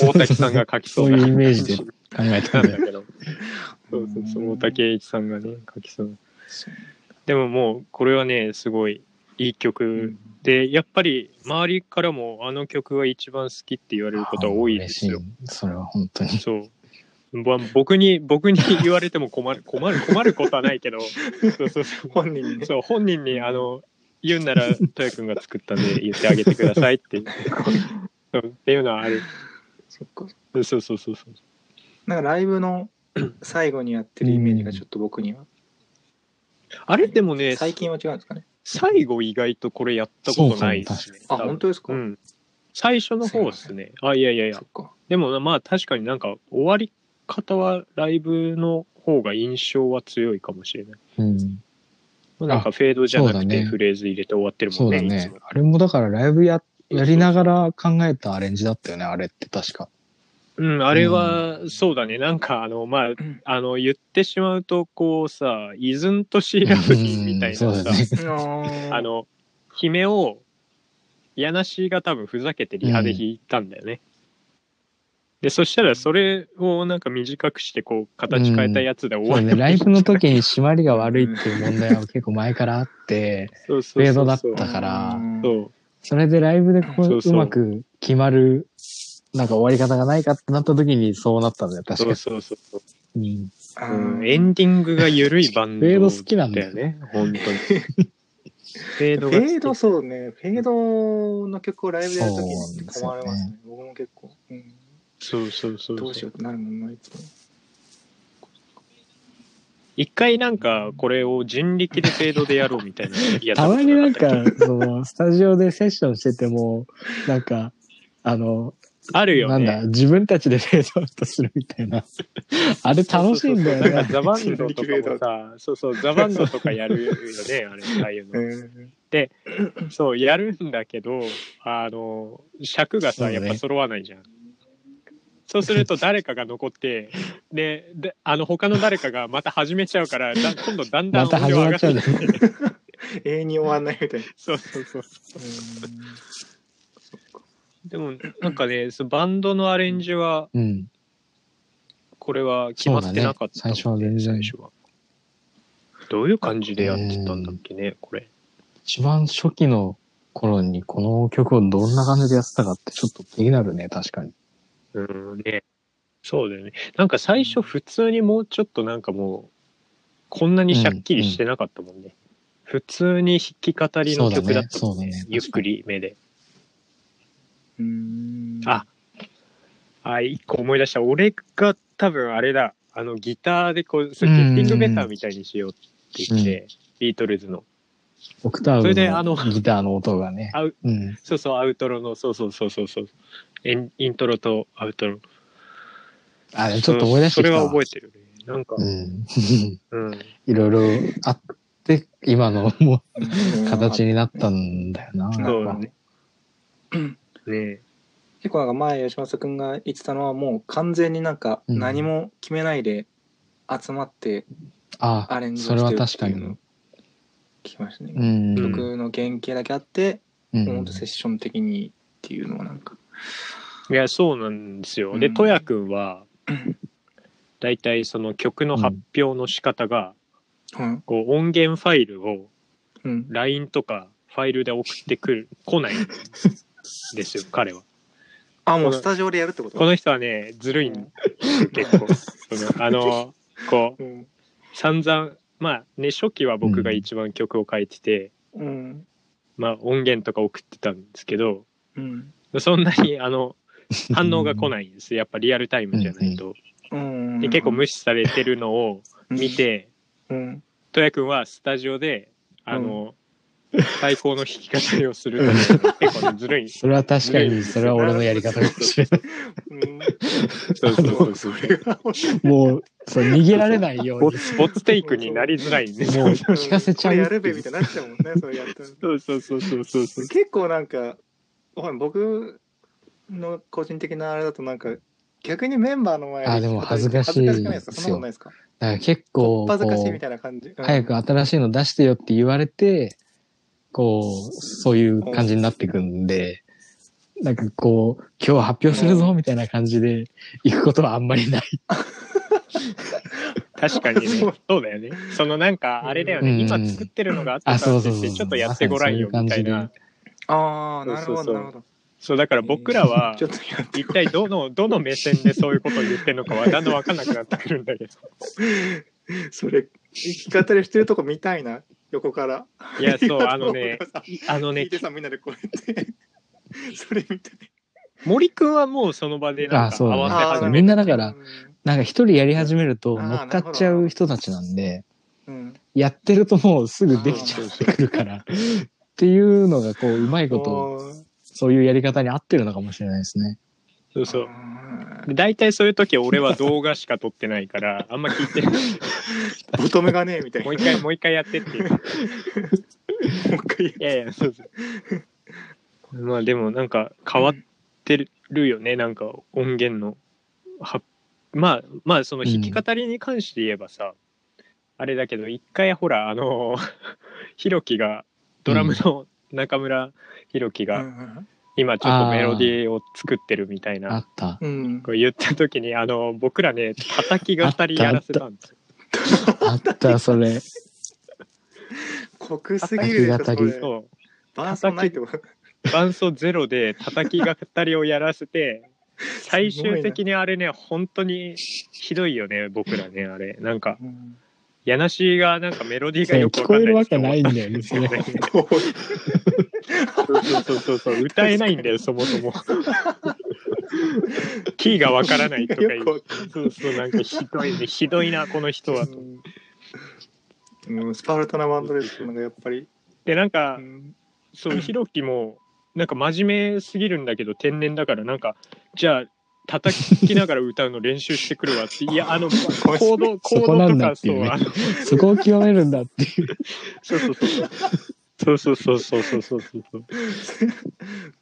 Speaker 4: 大滝さんが書きそうな。
Speaker 5: そういうイメージで考えた んだよ。
Speaker 4: けど。 そうそうそう。大滝栄一さんがね、書きそうな。
Speaker 3: そう
Speaker 4: でももう、これはね、すごいいい曲で、やっぱり周りからもあの曲が一番好きって言われることは多いですよ
Speaker 5: 嬉。しい。それは本当に。
Speaker 4: そう。ぼ僕に、僕に言われても困る、困る、困ることはないけ ど、そうそうそう。
Speaker 3: 本人にね
Speaker 4: そう本人にあの言うんならトヤ君が作ったんで言ってあげてくださいっていうそうっていうのはある
Speaker 3: そっか
Speaker 4: そうそうそうそう
Speaker 3: なんかライブの最後にやってるイメージがちょっと僕には、
Speaker 4: あれでもね
Speaker 3: 最近は違うんですかね
Speaker 4: 最後意外とこれやったことないですね
Speaker 3: あ
Speaker 4: 多分
Speaker 3: 本当ですか、
Speaker 4: うん最初の方ですねあいやいやいや
Speaker 3: そっか
Speaker 4: でもまあ確かになんか終わり方はライブの方が印象は強いかもしれない
Speaker 5: うん。
Speaker 4: なんかフェードじゃな
Speaker 5: そ
Speaker 4: く
Speaker 5: うだ
Speaker 4: て
Speaker 5: ね
Speaker 4: フレーズ入れて終わってるも
Speaker 5: そ
Speaker 4: ん
Speaker 5: う
Speaker 4: ね
Speaker 5: だ
Speaker 4: いつ
Speaker 5: ね
Speaker 4: も。
Speaker 5: あれもだからライブや、やりながら考えたアレンジだったよね、あれって確か。
Speaker 4: うんあれはそうだねなんかあのまあ
Speaker 3: ん
Speaker 4: あの言ってしまうとこうさ「イズンとシーラブリー」みたいなさ、
Speaker 5: うんそうだね。
Speaker 3: あー
Speaker 4: あの姫を柳氏が多分ふざけてリハで弾いたんだよね。でそしたらそれをなんか短くしてこう形変えたやつで終
Speaker 5: そ
Speaker 4: わ
Speaker 5: う
Speaker 4: る、
Speaker 5: ね、ライブの時に締まりが悪いっていう問題は結構前からあって、
Speaker 4: そう
Speaker 5: フ
Speaker 4: そう
Speaker 5: ェ
Speaker 4: そ
Speaker 5: ー
Speaker 4: うそ
Speaker 5: ド
Speaker 4: う
Speaker 5: だったから、
Speaker 3: うん
Speaker 4: そう
Speaker 5: それでライブでこ
Speaker 4: そううそう
Speaker 5: うまく決まる、なんか終わり方がないかってなった時にそうなったんだよ、確
Speaker 4: そ
Speaker 5: か
Speaker 4: うそうそうそう、
Speaker 5: に。
Speaker 3: あ
Speaker 4: うん、
Speaker 3: ー
Speaker 4: エンディングが緩いバンド
Speaker 5: フェード好きなんだ
Speaker 4: だ
Speaker 5: よ
Speaker 4: よね 本当にフェー
Speaker 3: フ
Speaker 4: ドが好き
Speaker 3: ェードそうねフェードの曲をライブでやるときにって困りますね僕も結構、うん、
Speaker 4: そうそうそう
Speaker 3: どうし
Speaker 4: そう
Speaker 3: ようってなるもんないつも
Speaker 4: 一回なんかこれを人力でフェードでやろうみたいなやつ
Speaker 5: たまになんか、その、スタジオでセッションしてても、なんか、あの、
Speaker 4: あるよ
Speaker 5: なん
Speaker 4: ね
Speaker 5: だ、自分たちでフェードアウトするみたいな。あれ楽しいん
Speaker 4: そうそうそう
Speaker 5: だ
Speaker 4: な
Speaker 5: よ
Speaker 4: ん
Speaker 5: ね。
Speaker 4: かザバン ドとかもさ、そうそう、ザバンドとかやるよね、あれ、ああ いうの。そう、やるんだけど、あの、尺が
Speaker 5: そう
Speaker 4: さ、
Speaker 5: ね
Speaker 4: やっぱ揃わないじゃん。そうすると誰かが残 って、で、であの、他の誰かがまた始めちゃうから、だ今度だんだん
Speaker 5: また始まっちゃうんだよね。
Speaker 3: 永遠に終わんないみたいな
Speaker 4: そうそうそう。
Speaker 3: うん
Speaker 4: でも、なんかね、そうバンドのアレンジは、
Speaker 5: うん。
Speaker 4: これは決まってなかったもん、
Speaker 5: そうだね最初は全然
Speaker 4: 最初は。どういう感じでやってたんだっけね、これ。
Speaker 5: 一番初期の頃にこの曲をどんな感じでやってたかってちょっと気になるね、確かに。
Speaker 4: うんね。そうだよね。なんか最初普通にもうちょっとなんかもう、こんなにしゃっきりしてなかったもんね。普通に弾き語りの曲だったもんね。
Speaker 5: そうだねそうだね
Speaker 4: ゆっくりめで。
Speaker 3: うん
Speaker 4: ああ、一個思い出した。俺が多分あれだ。あのギターでこう、そう
Speaker 5: う
Speaker 4: ゲ
Speaker 5: ん
Speaker 4: ッティングベターみたいにしようって言って、ビートルズの。
Speaker 5: オクター
Speaker 4: それであ
Speaker 5: ブ
Speaker 4: の
Speaker 5: のギターの音がね。
Speaker 4: あう
Speaker 5: うん。
Speaker 4: そうそう、アウトロの、そうそうそうそうそう。エンイントロとアウトロ。
Speaker 5: あ、でもちょっと思い出し
Speaker 4: そ
Speaker 5: てき
Speaker 4: れ
Speaker 5: たわ。
Speaker 4: は覚えてるね。なんか、
Speaker 5: うん。
Speaker 4: うん。
Speaker 5: いろいろあって、今のも
Speaker 3: うん
Speaker 5: う形になったんだよな。
Speaker 4: そうだね。ね
Speaker 3: 結構なんか前吉正君が言ってたのはもう完全になんか
Speaker 5: うん
Speaker 3: 何も決めないで集まって
Speaker 5: あ
Speaker 3: アレンジ
Speaker 5: そ
Speaker 3: を
Speaker 5: れ
Speaker 3: し
Speaker 5: は
Speaker 3: てるっ
Speaker 5: 確
Speaker 3: て
Speaker 5: か
Speaker 3: いうのを
Speaker 5: に
Speaker 3: 聞。きましたね、
Speaker 5: うん。
Speaker 4: うん
Speaker 3: 曲の原型だけあって、
Speaker 5: うん
Speaker 3: もうほんとセッション的にっていうのはなんか
Speaker 4: いや、そうなんですよ。
Speaker 3: う
Speaker 4: で、
Speaker 3: ん
Speaker 4: とやくんは、大体その曲の発表の仕方が、
Speaker 3: うん
Speaker 4: こう音源ファイルを
Speaker 3: うん
Speaker 4: LINE とかファイルで送ってくる来ないんです よ彼は。
Speaker 3: あも
Speaker 4: こ
Speaker 3: う
Speaker 4: の
Speaker 3: スタジオでやるってこと
Speaker 4: この人はねずるいん結構そのあのこう
Speaker 3: うん
Speaker 4: 散々まあね初期は僕が一番曲を書いてて、
Speaker 3: うん
Speaker 4: まあ音源とか送ってたんですけど
Speaker 3: うん
Speaker 4: そんなにあの反応が来ないんですやっぱリアルタイムじゃないと。
Speaker 3: うん
Speaker 4: で結構無視されてるのを見て
Speaker 3: うん
Speaker 4: 戸谷君はスタジオであの、最高の弾き語りをするための結構ねずるい
Speaker 5: それは確かに、それは俺のやり方かもしれない。
Speaker 3: うん
Speaker 4: そうそうそうそう
Speaker 3: もそれが
Speaker 5: もう、そう、逃げられないよう
Speaker 4: ボ
Speaker 5: に。
Speaker 4: ツボツテイクになりづらいんです
Speaker 5: もう
Speaker 4: よ。
Speaker 5: 聞かせちゃう
Speaker 3: これやるべみたいになっちゃうもんねそれやったら
Speaker 4: そうそうそうそうそうそう。
Speaker 3: 結構なんかおい僕の個人的なあれだとなんか逆にメンバーの前
Speaker 5: あでも恥ずかしい
Speaker 3: 恥ずかしくないですかそんなことないですか
Speaker 5: だから結
Speaker 3: こ
Speaker 5: 構、
Speaker 3: っ
Speaker 5: こ
Speaker 3: 恥ずかしいみ
Speaker 5: う
Speaker 3: たいな感じ、うん
Speaker 5: 早く新しいの出してよって言われて、こう、そういう感じになってくんで、なんかこう、今日発表するぞみたいな感じで行くことはあんまりない。
Speaker 4: 確かにね
Speaker 3: そう
Speaker 4: そうだよね。そのなんかあれだよね、
Speaker 5: うん
Speaker 4: 今作ってるのがあった
Speaker 5: あ
Speaker 4: か
Speaker 5: そ
Speaker 4: ら
Speaker 5: う
Speaker 4: って
Speaker 5: そう
Speaker 4: 言っ
Speaker 5: そう
Speaker 4: てちょっとやってごらんよみたいな。
Speaker 3: ああなるほ
Speaker 4: そうそ
Speaker 3: ど
Speaker 4: う
Speaker 3: な
Speaker 4: そう
Speaker 3: るほど
Speaker 4: そうだから僕ら は
Speaker 3: ちょっとやって
Speaker 4: 一体どのどの目線でそういうことを言ってるのかはだんだん分かんなくなってくるんだけど。
Speaker 3: それ弾き語りしてるとこ見たいな横から
Speaker 4: いやそうあの ねあの
Speaker 3: 聞い
Speaker 4: ね
Speaker 3: てさみんなでこうやってそれ見たい
Speaker 4: 森くんはもうその場でなん
Speaker 5: あ
Speaker 4: か
Speaker 5: そ
Speaker 4: 合
Speaker 5: うだね
Speaker 4: わせ
Speaker 5: ー
Speaker 4: 始
Speaker 5: み
Speaker 4: め
Speaker 5: ん
Speaker 4: る。
Speaker 5: なだからなんか一人やり始めると
Speaker 3: あー
Speaker 5: 乗っかっちゃう人たちなんで、
Speaker 3: うん
Speaker 5: やってるともうすぐできちゃってくるから。っていうのがこう、うまいこと、そういうやり方に合ってるのかもしれないですね。
Speaker 4: そう
Speaker 3: そ
Speaker 4: そうう。で大体そういう時俺は動画しか撮ってない からあんま聞いてない。
Speaker 3: 求めがねえみたいな
Speaker 4: もう一回もう一回やってっていう。
Speaker 3: もう一回
Speaker 4: いやいや、そうそう。まあでもなんか変わってるよね、なんか音源の。はまあまあその弾き語りに関して言えばさ、あれだけど一回ほらあの ひろきがドラムの中村ひろきが
Speaker 3: うん
Speaker 4: 今ちょっとメロディーを作ってるみたい
Speaker 5: あ
Speaker 4: な
Speaker 5: った。
Speaker 3: うん
Speaker 4: こう言った時にあの僕らね叩き語りやらせたんですよ。
Speaker 5: あった、それ。
Speaker 3: 濃くすぎるでしょそれ
Speaker 4: そう
Speaker 3: 伴奏ないってこと
Speaker 4: 伴奏ゼロで叩き語りをやらせて最終的にあれね本当にひどいよね僕らねあれなんか柳氏がなんかメロディーがよく
Speaker 5: 聞
Speaker 4: わか
Speaker 5: こえ
Speaker 4: ん
Speaker 5: る
Speaker 4: な
Speaker 5: わ
Speaker 4: い
Speaker 5: け ないん
Speaker 4: ん
Speaker 5: だよね、それ。
Speaker 4: そうそうそうそう歌えないんだよそもそもキーがわからないとか言
Speaker 3: よくわ
Speaker 4: うそうそうなんかひどいねひどいなこの人はと
Speaker 3: うんもうスパルタなバンドですなんかやっぱり、
Speaker 4: でなんか
Speaker 3: うん
Speaker 4: そうひろきもなんか真面目すぎるんだけど天然だからなんかじゃあ叩きながら歌うの練習してくるわっていやあのコードコ
Speaker 5: そこな
Speaker 4: ードと
Speaker 5: んだ
Speaker 4: か
Speaker 5: ってい
Speaker 4: そうう
Speaker 5: ね
Speaker 4: あの
Speaker 5: そこを極めるんだっていう。
Speaker 4: そうそうそうそうそうそうそうそうそうそうそう
Speaker 3: す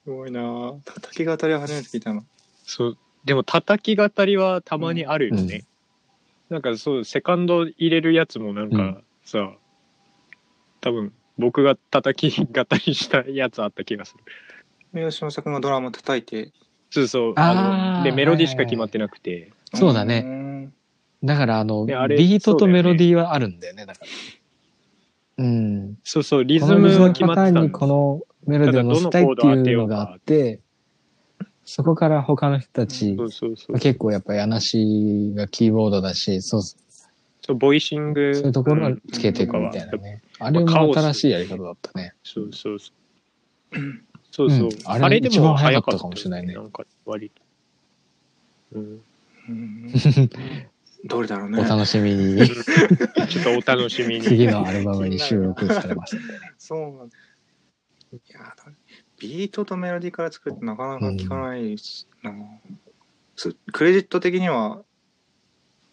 Speaker 3: ごいなぁ叩き語りは初めて聞いたの
Speaker 4: そうでも叩き語りはたまにあるよね、なんかそうセカンド入れるやつもなん
Speaker 5: う
Speaker 4: か
Speaker 5: ん
Speaker 4: さ、多分僕が叩き語りしたやつあった気がする
Speaker 3: 吉野君がドラム叩いて
Speaker 4: そうそう
Speaker 5: あー
Speaker 4: のでメロディーしか決まってなくて、
Speaker 5: そうだね
Speaker 3: ね
Speaker 5: だから、あの、
Speaker 4: ねあれ
Speaker 5: ビートとメロディーはあるんだよね、だから。うん。
Speaker 4: そうそうリ
Speaker 5: こ
Speaker 4: ズ
Speaker 5: のリ
Speaker 4: ム
Speaker 5: ズ
Speaker 4: が
Speaker 5: ム
Speaker 4: 決ま
Speaker 5: パ
Speaker 4: ってた
Speaker 5: ターン
Speaker 4: んだ
Speaker 5: にこのメロディーを乗せたいっていうのがあって、そこから他の人たち
Speaker 4: そ、うそうそう
Speaker 5: まあ結構やっぱ柳氏がキーボードだし、そう、そ
Speaker 4: そうボイシング
Speaker 5: ういうところ
Speaker 4: う
Speaker 5: を
Speaker 4: ん
Speaker 5: つけていくみたいなね。あれ
Speaker 4: まあカオ
Speaker 5: も
Speaker 4: ス
Speaker 5: 新しいやり方だったね。
Speaker 4: そうそうそうそうそう、
Speaker 5: うんあ
Speaker 4: あ
Speaker 5: れ
Speaker 4: れで
Speaker 5: 一
Speaker 4: も
Speaker 5: 番
Speaker 4: 早
Speaker 5: 早
Speaker 4: か
Speaker 5: か
Speaker 4: っ
Speaker 5: ったたかもしれないね
Speaker 4: なんか割と、うん、
Speaker 3: うんどれだろう
Speaker 5: お
Speaker 3: ね
Speaker 5: 楽しみに、
Speaker 4: ちょっとお楽しみに
Speaker 5: 次のアルバムに収録されました。
Speaker 3: そうなんだいやビートとメロディーから作るってなかなか聞かないしなすクレジット的には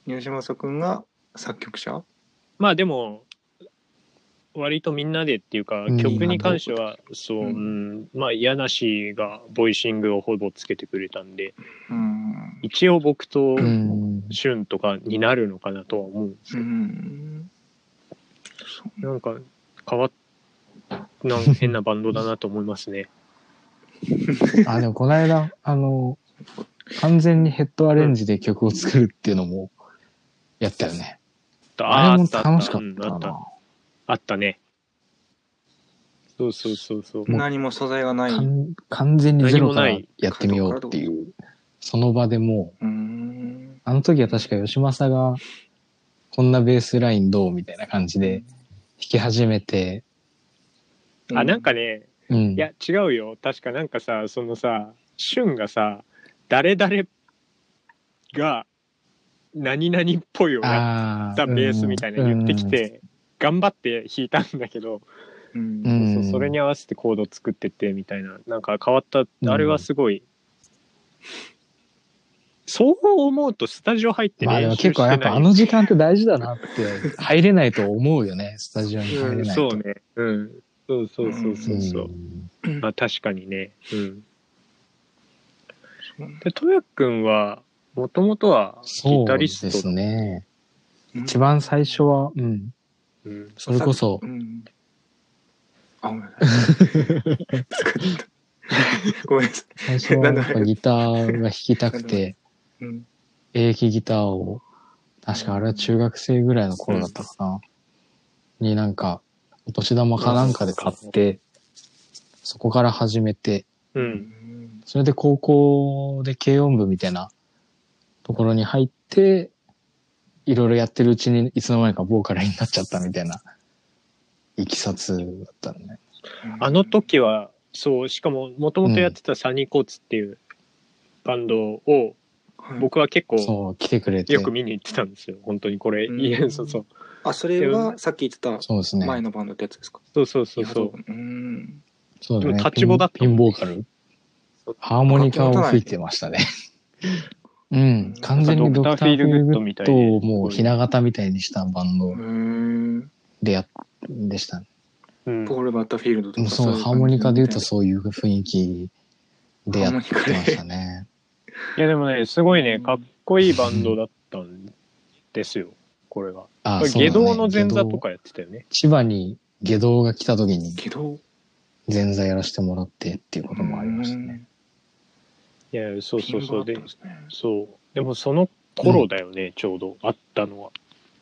Speaker 3: 吉野君が作曲者
Speaker 4: まあでも割とみんなでっていうか
Speaker 5: うん
Speaker 4: 曲に関してはそう、
Speaker 3: う
Speaker 4: うんん、まあ柳氏がボイシングをほぼつけてくれたんで
Speaker 3: うん
Speaker 4: 一応僕と
Speaker 5: うん。
Speaker 4: 旬とかになるのかなとは思うんです
Speaker 3: う
Speaker 4: よ、
Speaker 3: ん
Speaker 4: なんか変わっ なん変なバンドだなと思いますね
Speaker 5: あ、でもこの間、あの、完全にヘッドアレンジで曲を作るっていうのも、やったよね。
Speaker 4: あ
Speaker 5: あれ
Speaker 4: あ
Speaker 5: も
Speaker 4: ったあった
Speaker 5: 楽しかっ
Speaker 4: うん
Speaker 5: た
Speaker 4: あった
Speaker 5: な。
Speaker 4: あったねそうそうそうそう
Speaker 5: もう
Speaker 3: 何も素材がない。
Speaker 5: か
Speaker 3: うん
Speaker 5: 完全にゼロから
Speaker 4: 何もない
Speaker 5: やってみようっていう、その場でもう、
Speaker 3: ーん。
Speaker 5: あの時は確か吉正が、こんなベースラインどうみたいな感じで弾き始めて、
Speaker 4: あなんかね
Speaker 5: うん。
Speaker 4: いや違うよ確かなんかさそのさ俊がさ誰々が何々っぽいをや
Speaker 5: あ
Speaker 4: ったベースみたいなの言ってき、て、頑張って弾いたんだけど、
Speaker 3: う。
Speaker 5: うんん
Speaker 4: そうそれに合わせてコード作ってってみたいななんか変わったあれはすごい、そう思うとスタジオ入って
Speaker 5: まあで
Speaker 4: 練
Speaker 5: も
Speaker 4: 習
Speaker 5: 結
Speaker 4: してな
Speaker 5: 構や
Speaker 4: い、
Speaker 5: っぱあの時間って大事だなって入れないと思うよねスタジオに入れ
Speaker 4: う、
Speaker 5: なんいと、
Speaker 4: そうねうんそうそうそうそうそう、
Speaker 5: ん
Speaker 4: まあ確かにねうん
Speaker 3: そうね
Speaker 4: で、とやくんは、もともとはギ
Speaker 5: そ
Speaker 4: タ
Speaker 5: うで
Speaker 4: リス
Speaker 5: す
Speaker 4: ト。
Speaker 5: ね
Speaker 3: うん
Speaker 5: 一番最初は、うん、
Speaker 4: うん
Speaker 5: それこそ
Speaker 3: うん。あ、ごめんな さい。ごめんなさい。
Speaker 5: 最初はやっぱギターが弾きたくて
Speaker 3: うん。
Speaker 5: エレキギターを確かあれは中学生ぐらいの頃だったかな、になんかお年玉かなんかで買ってそこから始めて
Speaker 4: う。
Speaker 3: うんん。
Speaker 5: それで高校で軽音部みたいなところに入って、いろいろやってるうちにいつの間にかボーカルになっちゃったみたいな、いきさつだったのね。
Speaker 4: あの時は、そう、しかも、もともとやってたサニーコーツっていうバンドを、
Speaker 3: はい、
Speaker 4: 僕は結構
Speaker 5: そう、来てくれて。
Speaker 4: よく見に行ってたんですよ。本当にこれ、
Speaker 3: うん
Speaker 4: いやそうそう。
Speaker 3: あ、それはさっき言ってた
Speaker 5: そうです
Speaker 3: 前
Speaker 5: ね。
Speaker 3: のバンドってやつですか。
Speaker 4: そうそうそうそう。
Speaker 3: うん。
Speaker 5: そうだ
Speaker 4: で
Speaker 5: ね。
Speaker 4: も立ち棒だった
Speaker 5: ピンピンボーカル。ハーモニカを吹いてましたね。うん。完全にドクター・フィールグッドをもうひな形みたいにしたバンド
Speaker 3: うん。
Speaker 5: でやっ、でしたね。
Speaker 4: うん。
Speaker 3: ポール・バッターフィールドとか
Speaker 5: そう、
Speaker 3: い
Speaker 5: ハーモニカで言うと
Speaker 3: 感
Speaker 5: そういう雰囲気でやってましたね。
Speaker 4: いや、でもね、すごいね、
Speaker 3: うん
Speaker 4: かっこいいバンドだったんですよ。これが。
Speaker 5: あ
Speaker 4: これ
Speaker 5: そうだ
Speaker 4: 下
Speaker 5: ね
Speaker 4: 道の前座と
Speaker 5: 下道
Speaker 4: かやってたよね。
Speaker 5: 千葉に下道が来た時に
Speaker 3: じけど。
Speaker 5: 前座やらせてもらってっていうこともありましたね。
Speaker 4: いや、そうそうそう。で
Speaker 3: ピン、バッターですね
Speaker 4: そう。でもその頃だよね、ちょうど、あったのは。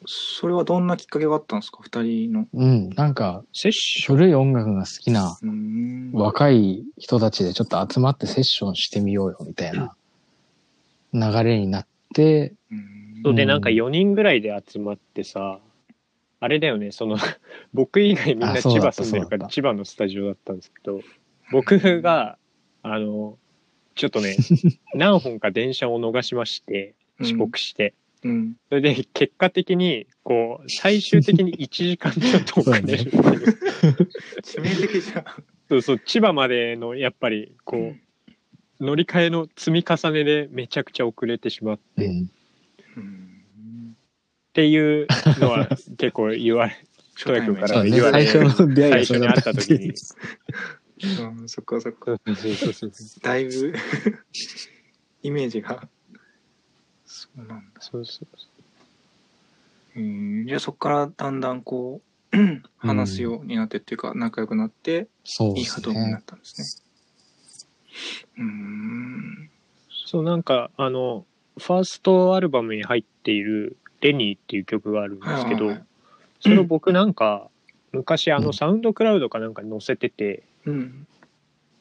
Speaker 3: それはどんなきっかけがあったんですか、二人の。
Speaker 5: うん、なんか
Speaker 4: セッション
Speaker 5: 古い音楽が好きな
Speaker 3: うん。
Speaker 5: 若い人たちでちょっと集まってセッションしてみようよみたいな流れになって、
Speaker 3: うん
Speaker 4: そうで
Speaker 5: うん
Speaker 4: なんか4人ぐらいで集まってさあれだよねその 僕以外みんな
Speaker 5: あそう
Speaker 4: 千
Speaker 5: だ
Speaker 4: 葉
Speaker 5: った
Speaker 4: 住んでるか
Speaker 5: そうだ
Speaker 4: ら
Speaker 5: った
Speaker 4: 千葉のスタジオだったんですけど僕があのちょっと ね何本か電車を逃しまして遅刻し
Speaker 3: う
Speaker 4: て、
Speaker 3: ん。
Speaker 4: それで結果的にこう最終的に1時間ちょっと遅れるっていう
Speaker 3: 致命的じゃん。
Speaker 4: そうそう千葉までのやっぱりこう乗り換えの積み重ねでめちゃくちゃ遅れてしまって。
Speaker 5: うん
Speaker 3: うん
Speaker 4: っていうのは結構言われ
Speaker 3: 初
Speaker 4: トヤ
Speaker 3: 対
Speaker 4: 君か
Speaker 3: 面
Speaker 5: そ
Speaker 4: ら
Speaker 5: う
Speaker 4: 言
Speaker 5: ね、
Speaker 4: わ
Speaker 5: 最
Speaker 4: れ
Speaker 5: 初
Speaker 4: る
Speaker 5: の出会い
Speaker 4: 最初
Speaker 5: がそれ
Speaker 4: に
Speaker 5: だ
Speaker 4: 会
Speaker 5: っ
Speaker 4: ったた
Speaker 5: っ
Speaker 4: 時
Speaker 5: て
Speaker 4: に
Speaker 5: いう。
Speaker 3: うんそっかそっか。
Speaker 4: そうそうそうそうそ
Speaker 3: だいぶイメージが。そうなんだ。
Speaker 4: うそう
Speaker 3: うんじゃあそこからだんだんこう話すようになってっていうか仲良くなって
Speaker 5: そう
Speaker 3: い
Speaker 5: で
Speaker 3: いハ
Speaker 5: す
Speaker 3: トにな
Speaker 5: ね
Speaker 3: っ。たんですね。うーん。
Speaker 4: そうなんかあのファーストアルバムに入っている「レニー」っていう曲があるんですけ
Speaker 3: は
Speaker 4: ど
Speaker 3: いはいはい
Speaker 4: それを僕なんか昔あ
Speaker 5: う
Speaker 4: の
Speaker 5: ん
Speaker 4: サウンドクラウドかなんかに載せてて
Speaker 3: うん。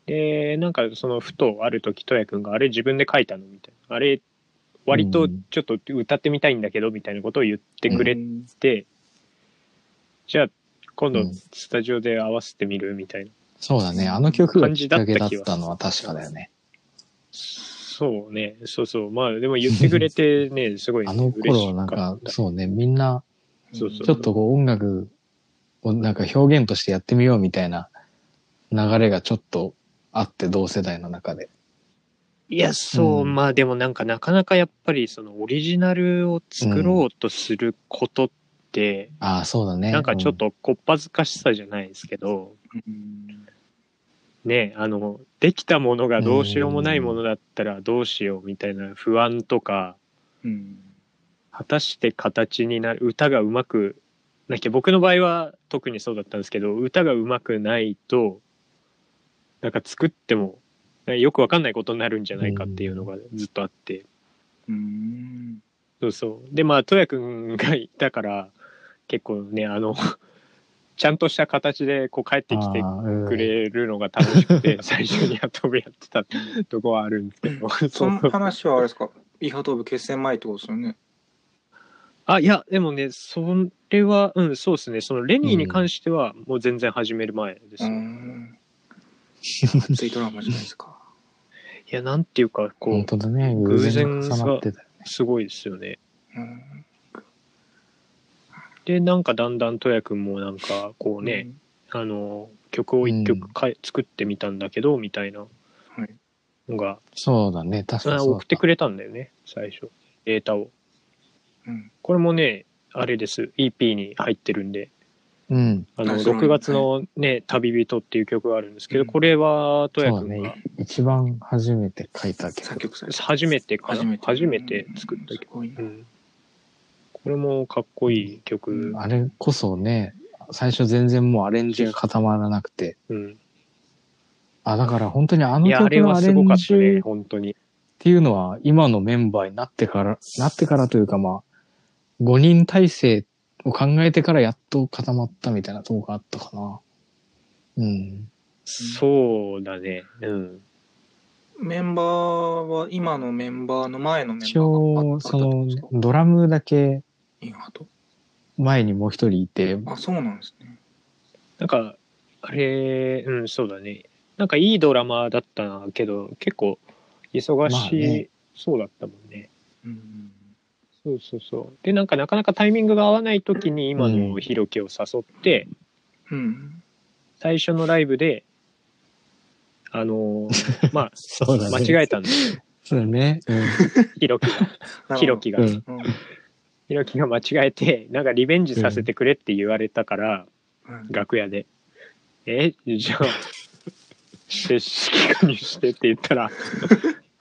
Speaker 4: でなんかそのふとある時とやくんが「あれ自分で書いたの?」みたいな「あれ割とちょっと歌ってみたいんだけど」みたいなことを言ってくれ
Speaker 3: うん
Speaker 4: てじゃあ今度
Speaker 5: うん
Speaker 4: スタジオで合わせてみるみたいな。
Speaker 5: そうだね。あの曲がきっかけだったのは確かだよね。
Speaker 4: そうね、そうそう、まあでも言ってくれてね、すごい
Speaker 5: あ
Speaker 4: ね
Speaker 5: の
Speaker 4: 嬉し
Speaker 5: 頃なん
Speaker 4: か
Speaker 5: か
Speaker 4: っ、た。
Speaker 5: そうね、みんな
Speaker 4: そうそう
Speaker 5: ちょっとこう音楽をなんか表現としてやってみようみたいな流れがちょっとあって同世代の中で。
Speaker 4: いや、そう、
Speaker 5: うん
Speaker 4: まあでもなんかなかなかやっぱりそのオリジナルを作ろうとすることって、
Speaker 5: ああ、そうだね。
Speaker 4: なんかちょっとこっぱずかしさじゃないですけど、
Speaker 3: うん
Speaker 4: ね、あの、できたものがどうしようもないものだったらどうしようみたいな不安とか、
Speaker 3: うん。
Speaker 4: 果たして形になる、歌がうまく、なきゃ僕の場合は特にそうだったんですけど、歌がうまくないと、なんか作っても、なんかよくわかんないことになるんじゃないかっていうのがずっとあって、
Speaker 3: うん。
Speaker 4: そうそう。で、まあ、とやくんがいたから、結構ね、あの、 ちゃんとした形でこう帰ってきてくれるのが楽しくて、最初にアトムやってたとこはあるんですけど。
Speaker 3: その
Speaker 4: そう
Speaker 3: 話はあれですか、イハトーブ決戦前ってことですよね。
Speaker 4: あ、いや、でもね、それは、うん、そうですね。そのレニーに関しては、もう全然始める前で
Speaker 3: う
Speaker 4: す
Speaker 3: ー
Speaker 4: ね。
Speaker 3: ん。熱いドラマじゃないですか。
Speaker 4: いや、なんていうか、こう、
Speaker 5: 本当だね。
Speaker 4: 偶
Speaker 5: 偶
Speaker 4: 然
Speaker 5: 然
Speaker 4: が
Speaker 5: が重なってたよね。
Speaker 4: すごいですよね。
Speaker 3: うん
Speaker 4: で、なんかだんだんとやくんもなんか、こうね、。あの、曲を一曲か、作ってみたんだけど、みたいな
Speaker 3: はい
Speaker 4: のが、
Speaker 5: そうだね。確か
Speaker 4: あ
Speaker 5: にそうだ。
Speaker 4: 送ってくれたんだよね、最初。データを。
Speaker 3: うん。
Speaker 4: これもね、あれです。EP に入ってるんで、
Speaker 5: うん。
Speaker 4: あの、
Speaker 3: あそうなんだ
Speaker 4: 6月のね、旅人っていう曲があるんですけ
Speaker 3: う
Speaker 4: ど、
Speaker 3: ん
Speaker 4: これは、とや
Speaker 5: そう
Speaker 4: く
Speaker 5: だ
Speaker 4: んが
Speaker 5: ね。一番初めて書いた曲
Speaker 3: 作。曲された。
Speaker 4: 初めてかな初めて
Speaker 3: 初め
Speaker 4: 作った
Speaker 3: す
Speaker 4: 曲、
Speaker 3: ごいな
Speaker 4: うんこれもかっこいい曲、
Speaker 5: あれこそね、最初全然もうアレンジが固まらなくて。
Speaker 4: うん
Speaker 5: あ、だから本当にあの
Speaker 4: いやあ
Speaker 5: 曲
Speaker 4: れ
Speaker 5: の
Speaker 4: は
Speaker 5: ア
Speaker 4: す
Speaker 5: レ
Speaker 4: ご
Speaker 5: ン
Speaker 4: かったね
Speaker 5: ジっ
Speaker 4: 本当に
Speaker 5: ていうのは、今のメンバーになってから、なってからというかまあ、5人体制を考えてからやっと固まったみたいなとこがあったかな。うん。
Speaker 4: そうだねうん
Speaker 3: メンバーは今のメンバーの前のメン
Speaker 5: 一
Speaker 3: バーがあ
Speaker 5: 応、
Speaker 3: ったってこ
Speaker 5: そ
Speaker 3: と
Speaker 5: の
Speaker 3: ですか、
Speaker 5: ドラムだけ
Speaker 3: インハト。
Speaker 5: 前にもう一人いて、
Speaker 3: あ、そうなんですね。
Speaker 4: なんかあれうんそうだねなんかいいドラマだったけど結構忙
Speaker 5: まあ
Speaker 4: しい、
Speaker 5: ね
Speaker 4: そうだったもんね
Speaker 3: うん。
Speaker 4: そうそうそうでなんかなかなかタイミングが合わない時に今のひろきを誘って、
Speaker 3: うん。
Speaker 4: 最初のライブであの ーま
Speaker 5: そう
Speaker 4: あ
Speaker 5: だね。
Speaker 4: 間違えた
Speaker 5: た。
Speaker 4: んだよ
Speaker 5: そうだね。
Speaker 4: ひろきがひろきが、
Speaker 5: うん。うん
Speaker 3: うん。
Speaker 4: ひろきが間違えて なんかリベンジさせてくれって言われたから、
Speaker 3: うん
Speaker 4: 楽屋で「えじゃあ正式加入して」って言 ったら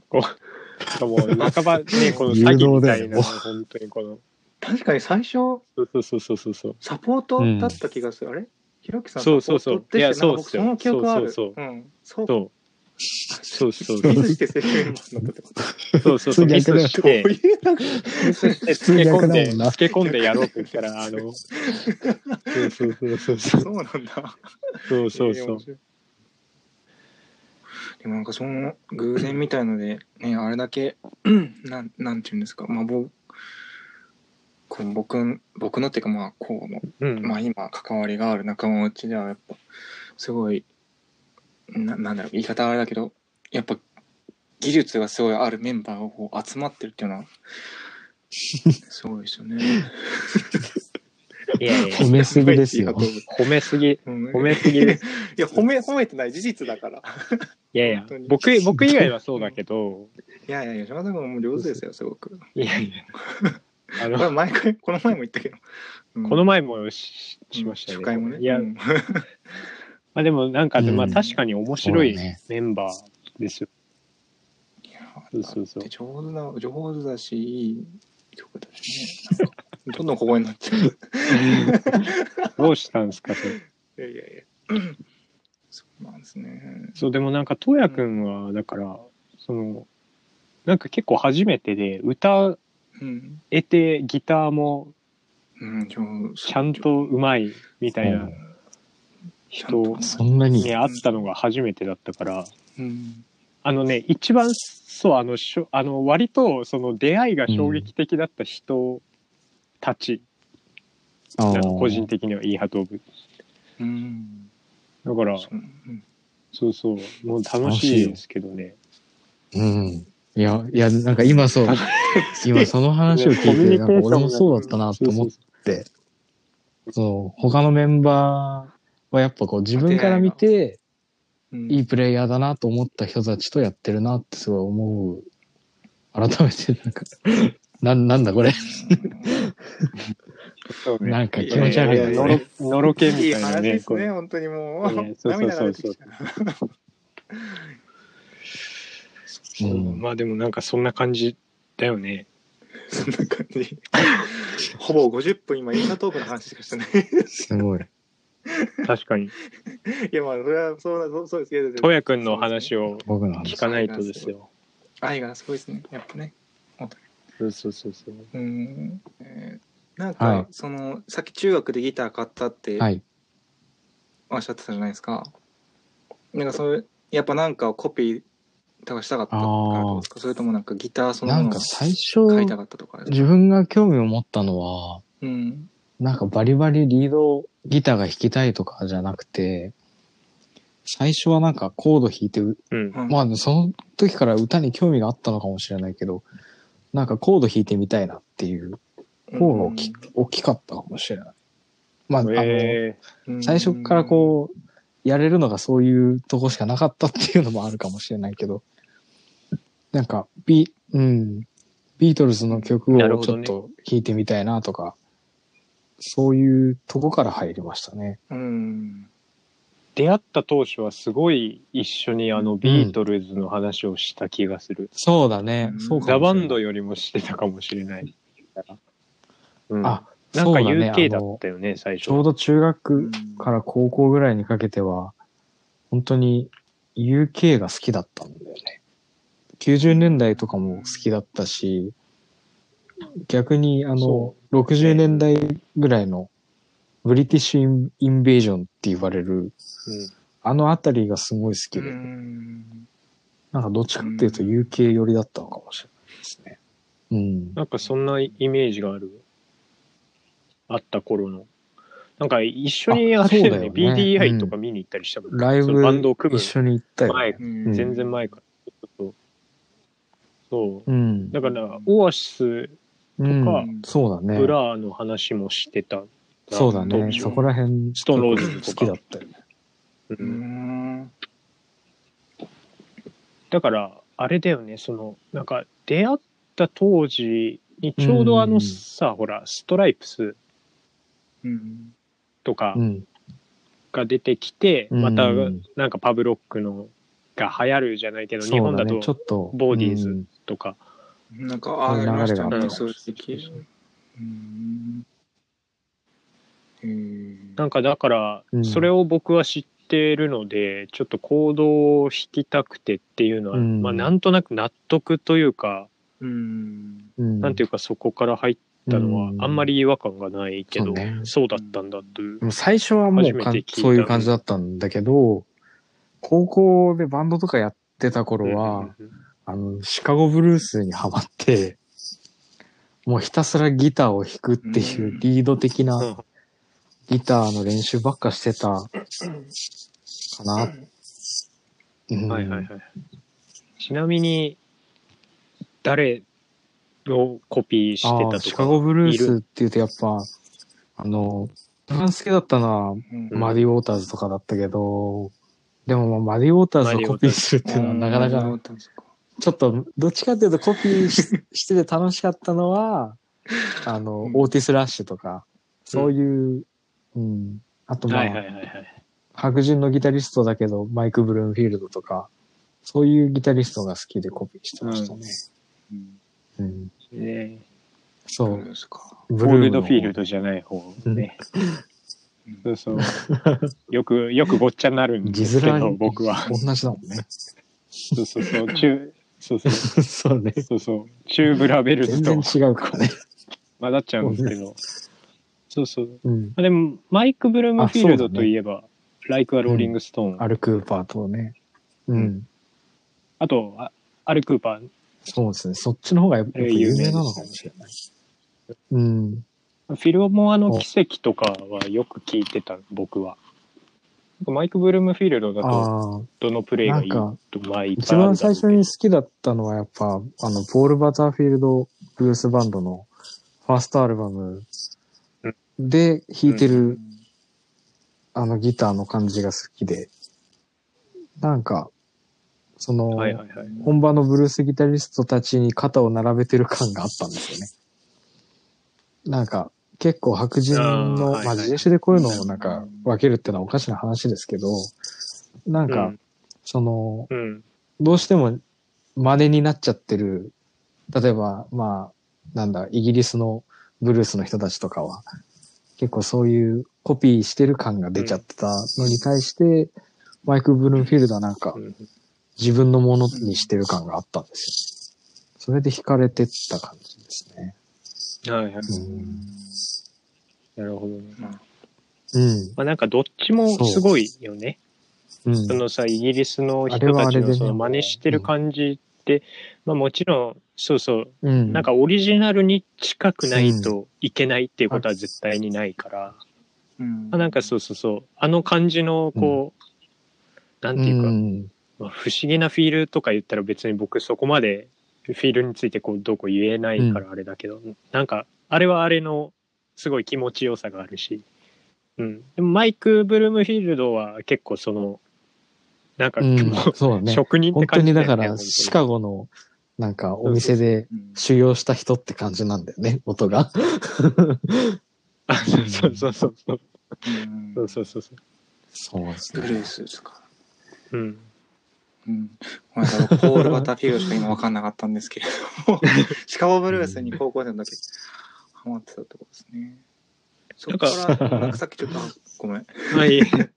Speaker 4: こうなんかもう半ばねこの詐欺みた
Speaker 5: 誘導だ
Speaker 4: い
Speaker 5: よ
Speaker 4: な
Speaker 5: ね
Speaker 4: 本当にこの
Speaker 3: 確かに最初、
Speaker 4: そうそうそうそうそう
Speaker 3: サポートだった気がする。あれひろきさんサポ
Speaker 4: そ
Speaker 3: ー
Speaker 4: うそうそう
Speaker 3: トって
Speaker 4: い
Speaker 3: な
Speaker 4: や
Speaker 3: んか
Speaker 4: そうっ
Speaker 3: 僕
Speaker 4: す
Speaker 3: そ
Speaker 4: よ
Speaker 3: の記憶ある。
Speaker 4: そうそう
Speaker 3: うん。そう
Speaker 4: そうそう そう
Speaker 5: そ
Speaker 3: ミ
Speaker 5: う
Speaker 3: スして正解になったってこと。
Speaker 4: そうそうそう
Speaker 5: 普通
Speaker 4: ミス
Speaker 5: 逆だよ
Speaker 4: して
Speaker 3: そういうなんか
Speaker 4: ミスしてつけ込ん
Speaker 5: 普通逆
Speaker 4: で
Speaker 5: だもんな
Speaker 4: つけ 込んでやろうって言ったらあのそうそうそうそう そ
Speaker 3: そうなんだ。
Speaker 4: うそう そう
Speaker 3: う。でもなんかその偶然みたいので、 ね、あれだけ、 なんなんていうんですか、まあ、ぼこう僕僕のっていうか、まあ、この、
Speaker 4: うん
Speaker 3: まあ、今関わりがある仲間内ではやっぱすごいななんだろう言い方あれだけどやっぱ技術がすごいあるメンバーがこう集まってるっていうの はすごいですよね。
Speaker 4: いやいや
Speaker 5: 褒めすぎです よ。
Speaker 4: 褒めすぎ
Speaker 3: うん
Speaker 4: 褒めすぎです
Speaker 3: いや褒め褒めてない事実だから。
Speaker 4: いやいや
Speaker 3: 本当に
Speaker 4: 僕僕以外はそうだ けど
Speaker 3: いやいやいや島田君も上手ですよすご く。
Speaker 4: いやいやあ
Speaker 3: これ
Speaker 4: の
Speaker 3: 毎回この前も言ったけど。うん
Speaker 4: この前もししましたね。
Speaker 3: 初回もね。
Speaker 4: いや、
Speaker 3: うん
Speaker 4: まあでもなんか、
Speaker 5: うん
Speaker 4: まあ確かに面白
Speaker 5: そう
Speaker 4: い
Speaker 5: だね
Speaker 4: メンバーですよ。
Speaker 3: いや
Speaker 4: そうそうそう
Speaker 3: だって上手だ上手だしいい曲だしね。なんかどんどんここになっちゃう。
Speaker 4: どうしたんですかそれ
Speaker 3: いやいやいや。 そうなんですね。
Speaker 4: そう、でもなんか、とやくんは、だから、その、なんか結構初めてで、歌
Speaker 3: うん。
Speaker 4: えてギターも
Speaker 3: うん、ちょ
Speaker 4: ちゃんとうまいみたいな人
Speaker 3: うん
Speaker 4: に
Speaker 5: そんなに。
Speaker 4: 会ったのが初めてだったから、
Speaker 3: うん。
Speaker 4: あのね、一番、そう、あの、しょあの割と、その出会いが衝撃的だった人たち、なんか個人的にはイーハトーブ。
Speaker 3: うん。
Speaker 4: だから、
Speaker 3: そううん
Speaker 4: そうそう。もう楽しいですけどね。
Speaker 5: うん。いや、いや、なんか今そう、今その話を聞
Speaker 4: コミュ
Speaker 5: い
Speaker 4: ニケ
Speaker 5: て、
Speaker 4: ーションが
Speaker 5: なんか俺もそうだったなと思って、そう、他のメンバーはやっぱこう自分から見て、
Speaker 3: うん
Speaker 5: いいプレイヤーだなと思った人たちとやってるなってすごい思う。改めて、なんか、 なん、なんだこれ。
Speaker 4: そうそう
Speaker 5: なんか気持ち悪い
Speaker 4: や
Speaker 5: よ
Speaker 4: や
Speaker 5: ね。
Speaker 4: のろのろけみ
Speaker 3: いい
Speaker 4: たい
Speaker 3: 話
Speaker 4: なね。
Speaker 3: です
Speaker 4: こ
Speaker 3: ね、
Speaker 4: う
Speaker 3: 本当にも。
Speaker 4: いやいうやそうそう
Speaker 3: 涙が
Speaker 4: そう
Speaker 3: 出て
Speaker 4: そう
Speaker 3: きた。
Speaker 5: うん
Speaker 4: まあでもなんかそんな感じだよね。
Speaker 3: そんな感じ。ほぼ50分今、インナートークの話しかしてない。
Speaker 5: すごい。
Speaker 4: 確かに。
Speaker 3: いや、まあ、それはそうだそうそうですけど。
Speaker 4: とやくんの話を
Speaker 5: 僕の話
Speaker 4: 聞。かないとですよ。
Speaker 3: 愛がすごいですね、やっぱね。本当に
Speaker 4: そうそうそうそう。
Speaker 3: うんえーなんか、
Speaker 5: はい
Speaker 3: そのさっき中学でギター買ったって
Speaker 5: はい。
Speaker 3: おっしゃってたじゃないですか、なんかそういうやっぱなんかをコピーとかしたかったからですかそれともなんかギターその
Speaker 5: な
Speaker 3: も
Speaker 5: ん
Speaker 3: の
Speaker 5: か
Speaker 3: を
Speaker 5: 最初、
Speaker 3: 買いたかったとかですか
Speaker 5: 自分が興味を持ったのは、
Speaker 3: うん
Speaker 5: なんかバリバリリードギターが弾きたいとかじゃなくて、最初はなんかコード弾いてう、
Speaker 4: うん。
Speaker 5: まあその時から歌に興味があったのかもしれないけど、なんかコード弾いてみたいなっていう方が大き,、大きかったかもしれない。まあ、あの、
Speaker 4: え
Speaker 3: うん
Speaker 5: 最初からこう、やれるのがそういうとこしかなかったっていうのもあるかもしれないけど、なんか、ビ、うん、ビートルズの曲
Speaker 4: なる
Speaker 5: を
Speaker 4: ほ
Speaker 5: ち
Speaker 4: ど
Speaker 5: ょっ
Speaker 4: ね
Speaker 5: と弾いてみたいなとか、そういうとこから入りましたね。
Speaker 3: うん
Speaker 4: 出会った当初はすごい一緒にあのビートルズの話をした気がする。
Speaker 5: そうだね
Speaker 3: うん
Speaker 5: そうか
Speaker 4: ザ・
Speaker 5: も
Speaker 4: バン
Speaker 5: しれない。
Speaker 4: ドよりもしてたかもしれない。うん、
Speaker 5: あ、
Speaker 4: なんか
Speaker 5: そうだね
Speaker 4: UK だ
Speaker 5: あ
Speaker 4: っ
Speaker 5: の
Speaker 4: たよね、最初。
Speaker 5: ちょうど中学
Speaker 3: う
Speaker 5: から高校ぐらいにかけては、本当に UK が好きだったんだよね。90年代とかも好きだったし、逆にあの
Speaker 4: そ、
Speaker 5: 60年代ぐらいのブリティッシュインインベージョンって言われる、
Speaker 4: うん
Speaker 5: あのあたりがすごい好きで、
Speaker 3: ん
Speaker 5: なんかどっちかっていうと UK 寄りだったのかもしれないですね。うん。
Speaker 4: なんかそんなイメージがある。あった頃の。なんか一緒にあ
Speaker 5: あ
Speaker 4: れだよ
Speaker 5: そう
Speaker 4: ね、
Speaker 5: だよね
Speaker 4: BDI とか見に行ったりしたもん、
Speaker 5: ライ
Speaker 4: そのバンド
Speaker 5: ブ
Speaker 4: を組
Speaker 5: 一
Speaker 4: む
Speaker 5: 緒に行ったよ、
Speaker 4: 前、
Speaker 5: ね。
Speaker 3: うん
Speaker 4: 全然前から。そうそう。
Speaker 5: うん。
Speaker 4: だから、オアシス、
Speaker 5: うんそうだね。
Speaker 4: ブラーの話もしてたな。
Speaker 5: そうだ
Speaker 4: 当
Speaker 5: ね。
Speaker 4: 時
Speaker 5: そ
Speaker 4: は
Speaker 5: こら辺、
Speaker 4: ストーンローズズ
Speaker 5: 好
Speaker 4: とか
Speaker 5: きだったよね。
Speaker 4: う
Speaker 3: うんん
Speaker 4: だからあれだよねそのなんか出会った当時にちょうどあ
Speaker 5: うん
Speaker 4: のさ、ほらストライプス
Speaker 3: うん
Speaker 4: とか
Speaker 5: うん。
Speaker 4: が出てきて、
Speaker 5: うん
Speaker 4: またなんかパブロックのが流行るじゃないけど、日
Speaker 5: そ
Speaker 4: 本
Speaker 5: うだ
Speaker 4: だ
Speaker 5: ね。ちょ
Speaker 4: と
Speaker 5: っと。
Speaker 4: ボーディーズ
Speaker 5: うん
Speaker 4: とか、
Speaker 3: なんかああやりました
Speaker 5: 流れ
Speaker 4: があ
Speaker 3: ね
Speaker 4: った
Speaker 3: そういう時期うんへー
Speaker 4: なんかだから
Speaker 5: うん
Speaker 4: それを僕は知ってるのでちょっと行動を引きたくてっていうのは、
Speaker 5: うん
Speaker 4: まあなんとなく納得というか、
Speaker 3: うん
Speaker 5: うん
Speaker 4: なんていうかそこから入ったのはあんま。り違和感がないけど、
Speaker 5: そうね
Speaker 4: そうだったんだという
Speaker 5: で。も最初はもうか
Speaker 4: 初めて聞いた
Speaker 5: そういう感じだったんだけど、高校でバンドとかやってた頃は、
Speaker 4: うん
Speaker 5: あの、シカゴブルースにハマって、もうひたすらギターを弾くっていううんリード的
Speaker 4: うんうん
Speaker 5: なギターの練習ばっかしてたかな。うん
Speaker 4: はいはいはい。ちなみに、誰をコピーして
Speaker 5: あ
Speaker 4: たと
Speaker 5: あシカ
Speaker 4: か。
Speaker 5: ゴブルースって言うとやっぱ、あの、一番好きだったのは
Speaker 3: うん
Speaker 4: うん
Speaker 5: マディ・ウォーターズとかだったけど、でもまあマディ・ウォーターズをコピーするっていうのはなかな
Speaker 3: うん
Speaker 5: か、ちょっと、どっちかっていうとコピーししてて楽しかったのは、あの
Speaker 3: うん、
Speaker 5: オーティス・ラッシュとか、そういう、うん、あとま
Speaker 4: はいはい
Speaker 5: あ、
Speaker 4: はいはい。
Speaker 5: 白人のギタリストだけど、マイク・ブルームフィールドとか、そういうギタリストが好きでコピーしてましたね。
Speaker 3: うん
Speaker 5: うん。
Speaker 4: ね、
Speaker 3: そ
Speaker 5: そ
Speaker 3: う
Speaker 5: う、
Speaker 3: ですか
Speaker 5: ブ
Speaker 4: ゴールド
Speaker 5: の
Speaker 4: フィールドじゃない方ね。
Speaker 3: うん
Speaker 4: そうそう。よく、よくごっちゃになるんで
Speaker 5: 字
Speaker 4: すけど、
Speaker 5: 面、
Speaker 4: 僕は。
Speaker 5: 同じだもんね。
Speaker 4: そうそうそう。中、そうそう。
Speaker 5: そうね。
Speaker 4: そうそう。チューブラベルズ
Speaker 5: 全然
Speaker 4: と
Speaker 5: 違うからね。
Speaker 4: 混ざっちゃうんですけど。そうそう。
Speaker 5: うん。
Speaker 4: まあでも、マイク・ブルームフィールドといえば、ライク・ア・ローリング・ストーン。
Speaker 5: アル・クーパーとね。う。
Speaker 4: うんあと、あアル・クーパー。
Speaker 5: そうですね。そっちの方がやっぱ有名なのかもしれない。うん。
Speaker 4: フィルモアの奇跡とかはよく聞いてた、僕は。マイク・ブルームフィールドだと、
Speaker 5: ああ、
Speaker 4: どのプレイがいいと
Speaker 5: な、
Speaker 4: まあ、いっぱ
Speaker 5: 一
Speaker 4: いあるん
Speaker 5: 番
Speaker 4: だろうけ
Speaker 5: 最初
Speaker 4: ど
Speaker 5: に好きだったのはやっぱ、あの、ポール・バターフィールド・ブルースバンドのファーストアルバム
Speaker 4: うん
Speaker 5: で弾いてるあのギターの感じが好きで、なんか、その、
Speaker 4: はいはいはい。
Speaker 5: 本場のブルースギタリストたちに肩を並べてる感があったんですよね。なんか、結構白人
Speaker 4: あー
Speaker 5: の、
Speaker 4: はいは
Speaker 5: まあ
Speaker 4: い
Speaker 5: 自転車でこういうのをなんか分けるってのはおかしな話ですけど、なんか、その、
Speaker 4: うん。
Speaker 5: どうしても真似になっちゃってる、例えば、まあ、なんだ、イギリスのブルースの人たちとかは、結構そういうコピーしてる感が出ちゃってたのに対して、マイク・ブルームフィールドはなんか
Speaker 4: う、ん。
Speaker 5: 自分のものにしてる感があったんですよ。それで惹かれてった感じです。ですね。
Speaker 4: はいはい。
Speaker 5: うん。
Speaker 4: なるほどね。
Speaker 5: うん。
Speaker 4: まあなんかどっちもすごいよね。
Speaker 5: うん。
Speaker 4: そのさ、イギリスの人
Speaker 5: あれは
Speaker 4: た
Speaker 5: あ
Speaker 4: ち
Speaker 5: れで
Speaker 4: の
Speaker 5: ね
Speaker 4: その真似してる感じって、まあもちろん、そうそう、
Speaker 5: うん、
Speaker 4: なんかオリジナルに近くないといけないっていうことは絶対にないから、
Speaker 3: うん
Speaker 4: まあなんかそうそうそう、あの感じのこう、なんていうか、
Speaker 5: ん
Speaker 4: まあ不思議なフィールとか言ったら別に僕そこまでフィールについてこうどうこう言えないからあれだけど、なんかあれはあれのすごい気持ちよさがあるし、うん、でもマイク・ブルームフィールドは結構そのなんか
Speaker 5: う
Speaker 4: も
Speaker 5: ん
Speaker 4: う、
Speaker 5: そうね。
Speaker 4: 職人っ
Speaker 5: 本
Speaker 4: て
Speaker 5: 当
Speaker 4: 感じ
Speaker 5: にだ
Speaker 4: よ
Speaker 5: か
Speaker 4: ね
Speaker 5: ら、シカゴの、なんかお店で
Speaker 3: うん
Speaker 5: 修行した人って感じなんだよね、音が。
Speaker 4: あそうそうそうそう
Speaker 3: うん
Speaker 4: そうそうそうそ
Speaker 5: そうです
Speaker 3: ブ
Speaker 5: ね。
Speaker 3: ルースですか。
Speaker 4: う、うん、
Speaker 3: うん、ごめんなさいポール・バターフィールドしか今分かんなかったんですけれどもシカゴブルースに高校生の時ハマってたってことですねそっからなんかさっきちょっとあごめん
Speaker 4: まあいい
Speaker 3: ちょっと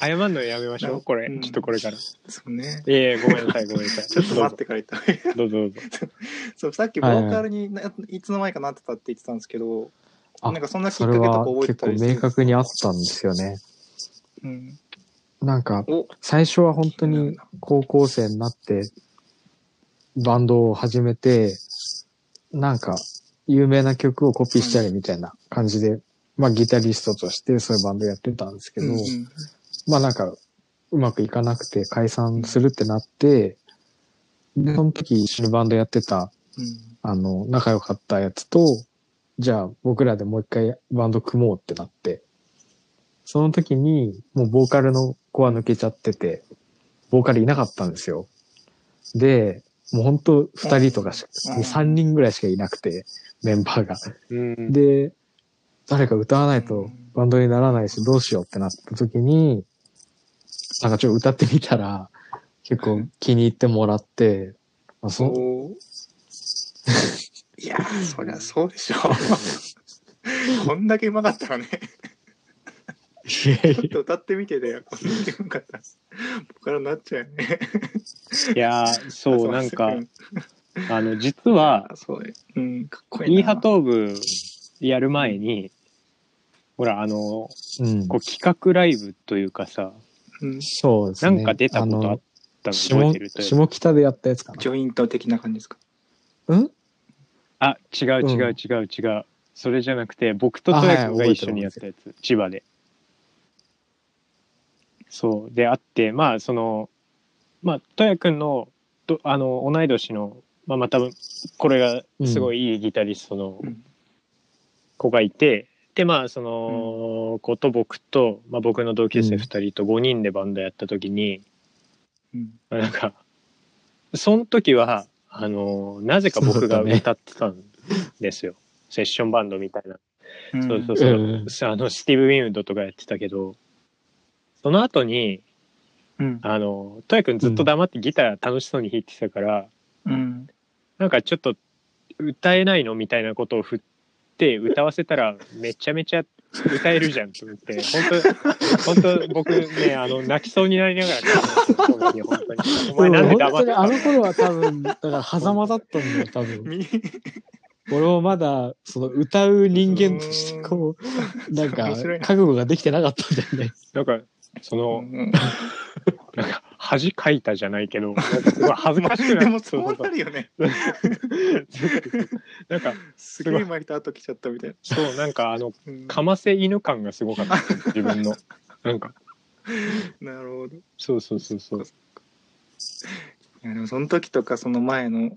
Speaker 4: 謝るのやめましょうこれ、
Speaker 3: うん
Speaker 4: ちょっとこれからい
Speaker 3: そうね
Speaker 4: えいえごめんなさいごめんなさ い
Speaker 3: ちょっと 待ってから言った 方がいい
Speaker 4: どうぞどうぞ
Speaker 3: そうさっきボーカルにな、い、つの間にかなってたって言ってたんですけど
Speaker 5: あ
Speaker 3: なんかそんなきっ
Speaker 5: そ
Speaker 3: かけ
Speaker 5: れ
Speaker 3: とか
Speaker 5: は
Speaker 3: 覚えてた
Speaker 5: 結構
Speaker 3: りして
Speaker 5: 明確にあったんですよね。
Speaker 3: うん、
Speaker 5: なんか、
Speaker 3: お
Speaker 5: 最初は本当に高校生になって、バンドを始めて、なんか、有名な曲をコピーしたりみたいな感じで、まあギタリストとしてそういうバンドやってたんですけど、
Speaker 3: うんうん
Speaker 5: まあなんか、うまくいかなくて解散するってなって、で、その時一緒にバンドやってた、
Speaker 3: うん
Speaker 5: あの、仲良かったやつと、じゃあ僕らでもう一回バンド組もうってなって、その時にもうボーカルの子は抜けちゃってて、ボーカルいなかったんですよ。で、もうほんと二人とかし
Speaker 3: うん
Speaker 5: か、もう三人ぐらいしかいなくて、メンバーが。
Speaker 4: うん
Speaker 5: で、誰か歌わないとバンドにならないしどうしようってなった時に、なんかちょっと歌ってみたら、結構気に入ってもらって、まあ、そ
Speaker 3: そういやーそりゃそうでしょこんだけう まかったらね
Speaker 5: いやい
Speaker 3: ちょっと歌ってみてだよ。こんなに良かった。僕からなっちゃうよね。
Speaker 4: いや ーそうな んか
Speaker 3: うん
Speaker 4: あの実は
Speaker 3: あ、そうね。うん、かっこいいな。
Speaker 4: イーハトーブやる前に、ほら、あの、
Speaker 5: やうん、
Speaker 4: こう企画ライブというかさ、
Speaker 3: うん、ジ
Speaker 5: そうです
Speaker 4: な
Speaker 5: ね。
Speaker 4: んか出たことあったの覚え
Speaker 5: 下
Speaker 4: てるという
Speaker 5: 下北でやったやつか
Speaker 3: ョイント的な感じですか。
Speaker 5: な。ん
Speaker 4: あ、違う
Speaker 5: うん
Speaker 4: 違う違う違う。それじゃなくて、僕とトヤ君が一緒にやったやつ、千葉で。そう。で、あって、まあ、その、まあ、トヤ君の、どあの、同い年の、まあ、また、これがすごいいいギタリストの
Speaker 3: うん
Speaker 4: 子がいて、でまあその子と僕と、まあ、僕の同級生
Speaker 5: うん
Speaker 4: 2人と5人でバンドやった時に、
Speaker 3: うん。
Speaker 4: まあなんかその時はあのーなぜか僕が
Speaker 5: そうだね
Speaker 4: 歌ってたんですよ、セッションバンドみたいな、そうそう
Speaker 5: う
Speaker 4: そ
Speaker 5: ん
Speaker 4: うあのスティーブ・ウィンウッドとかやってたけどその後に
Speaker 3: うん。
Speaker 4: あのトヤ君ずっと黙ってギター楽しそうに弾いてたから、
Speaker 3: うん。
Speaker 4: なんかちょっと歌えないのみたいなことを振って歌わせたらめちゃめちゃ歌えるじゃんと思って本当本当僕ねあの泣きそうになりながら本当にお前なんで
Speaker 5: 本
Speaker 4: 黙
Speaker 5: 当
Speaker 4: って
Speaker 5: に
Speaker 4: た
Speaker 5: あの
Speaker 4: の
Speaker 5: 頃は多分、だから狭間だったんだよ、多 分。
Speaker 3: み
Speaker 5: 俺もまだ、その歌う人間としてこう、なんか
Speaker 3: 面白い、な
Speaker 5: 覚悟ができてなかったんだよね。
Speaker 4: なんかその
Speaker 3: うん
Speaker 4: なんか恥かいたじゃないけどなんかすごい恥ずかしくな
Speaker 3: で
Speaker 4: っ
Speaker 3: も
Speaker 4: てそ
Speaker 3: そう
Speaker 4: そう
Speaker 3: う
Speaker 4: そ
Speaker 3: な
Speaker 4: う
Speaker 3: るよね。
Speaker 4: なんか
Speaker 3: すげえ巻いた後来ちゃったみたい
Speaker 4: そうなんかあの
Speaker 3: な。うん
Speaker 4: かませ犬感がすごかった自分のなんか
Speaker 3: なるほど。い
Speaker 4: そうそうそうそう
Speaker 3: や、でもその時とかその前の、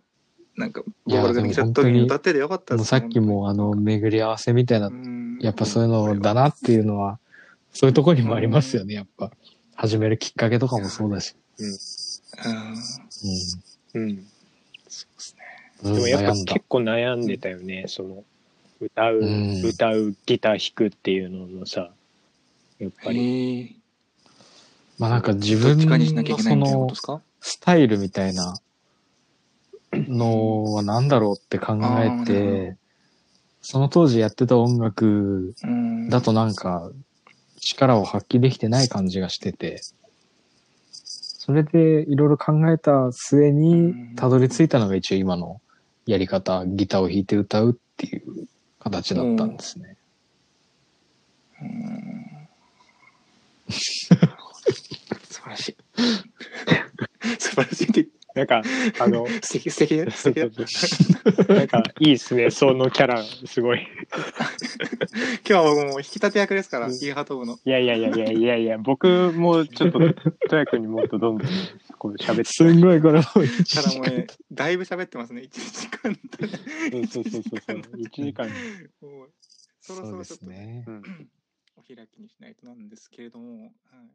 Speaker 3: なんか、
Speaker 5: い
Speaker 3: ボ
Speaker 5: や
Speaker 3: ールができちゃった時
Speaker 5: で
Speaker 3: に
Speaker 5: も
Speaker 3: 歌ってでよかった
Speaker 5: もうさっきもあの、巡り合わせみたいな、やっぱそういうのだ
Speaker 3: な。
Speaker 5: なっていうのは、そういうとこにもありますよね、やっぱ。始めるきっかけとかもそうだし。
Speaker 3: うん
Speaker 4: うん
Speaker 3: そうですね。
Speaker 5: うん。
Speaker 4: でもやっぱ
Speaker 5: 悩んだ
Speaker 4: 結構悩んでたよね、その歌う、
Speaker 5: うん
Speaker 4: 歌うギター弾くっていうののさやっぱり、
Speaker 3: へえ
Speaker 5: まあなんか自
Speaker 3: どっ
Speaker 5: 分
Speaker 3: ちかにしなきゃい
Speaker 5: の
Speaker 3: けないみたいな
Speaker 5: そ
Speaker 3: こと
Speaker 5: の
Speaker 3: ですか
Speaker 5: スタイルみたいなのは何だろうって考え
Speaker 3: あーなる
Speaker 5: て、その当時やってた音楽
Speaker 3: うん
Speaker 5: だとなんか力を発揮できてない感じがしてて、それでいろいろ考えた末
Speaker 3: う
Speaker 5: に
Speaker 3: ん
Speaker 5: たどり着いたのが一応今のやり方、ギターを弾いて歌うっていう形だったんですね。
Speaker 3: 素晴らしい。 素晴らしいって
Speaker 4: なんか、あ の、
Speaker 3: 素敵素敵だ素敵だ。
Speaker 4: なんか、いいですね。そのキャラ、すごい。
Speaker 3: 今日は僕もう引き立て役ですから、イーハトーブの。
Speaker 4: いやいやいやいやいやいや、僕もちょっと、トヤ君にもっとどんどん、こう喋って。
Speaker 5: すんごいこ れも
Speaker 3: ただもうね、だいぶ喋ってますね、1時間で。
Speaker 4: うんそうそうそうそう。1時間。
Speaker 3: もうそろそ
Speaker 5: そう
Speaker 3: ろち
Speaker 5: で
Speaker 3: ょっ
Speaker 5: す
Speaker 3: と
Speaker 5: ね
Speaker 4: う。ん
Speaker 3: お開きにしないとなんですけれども、はい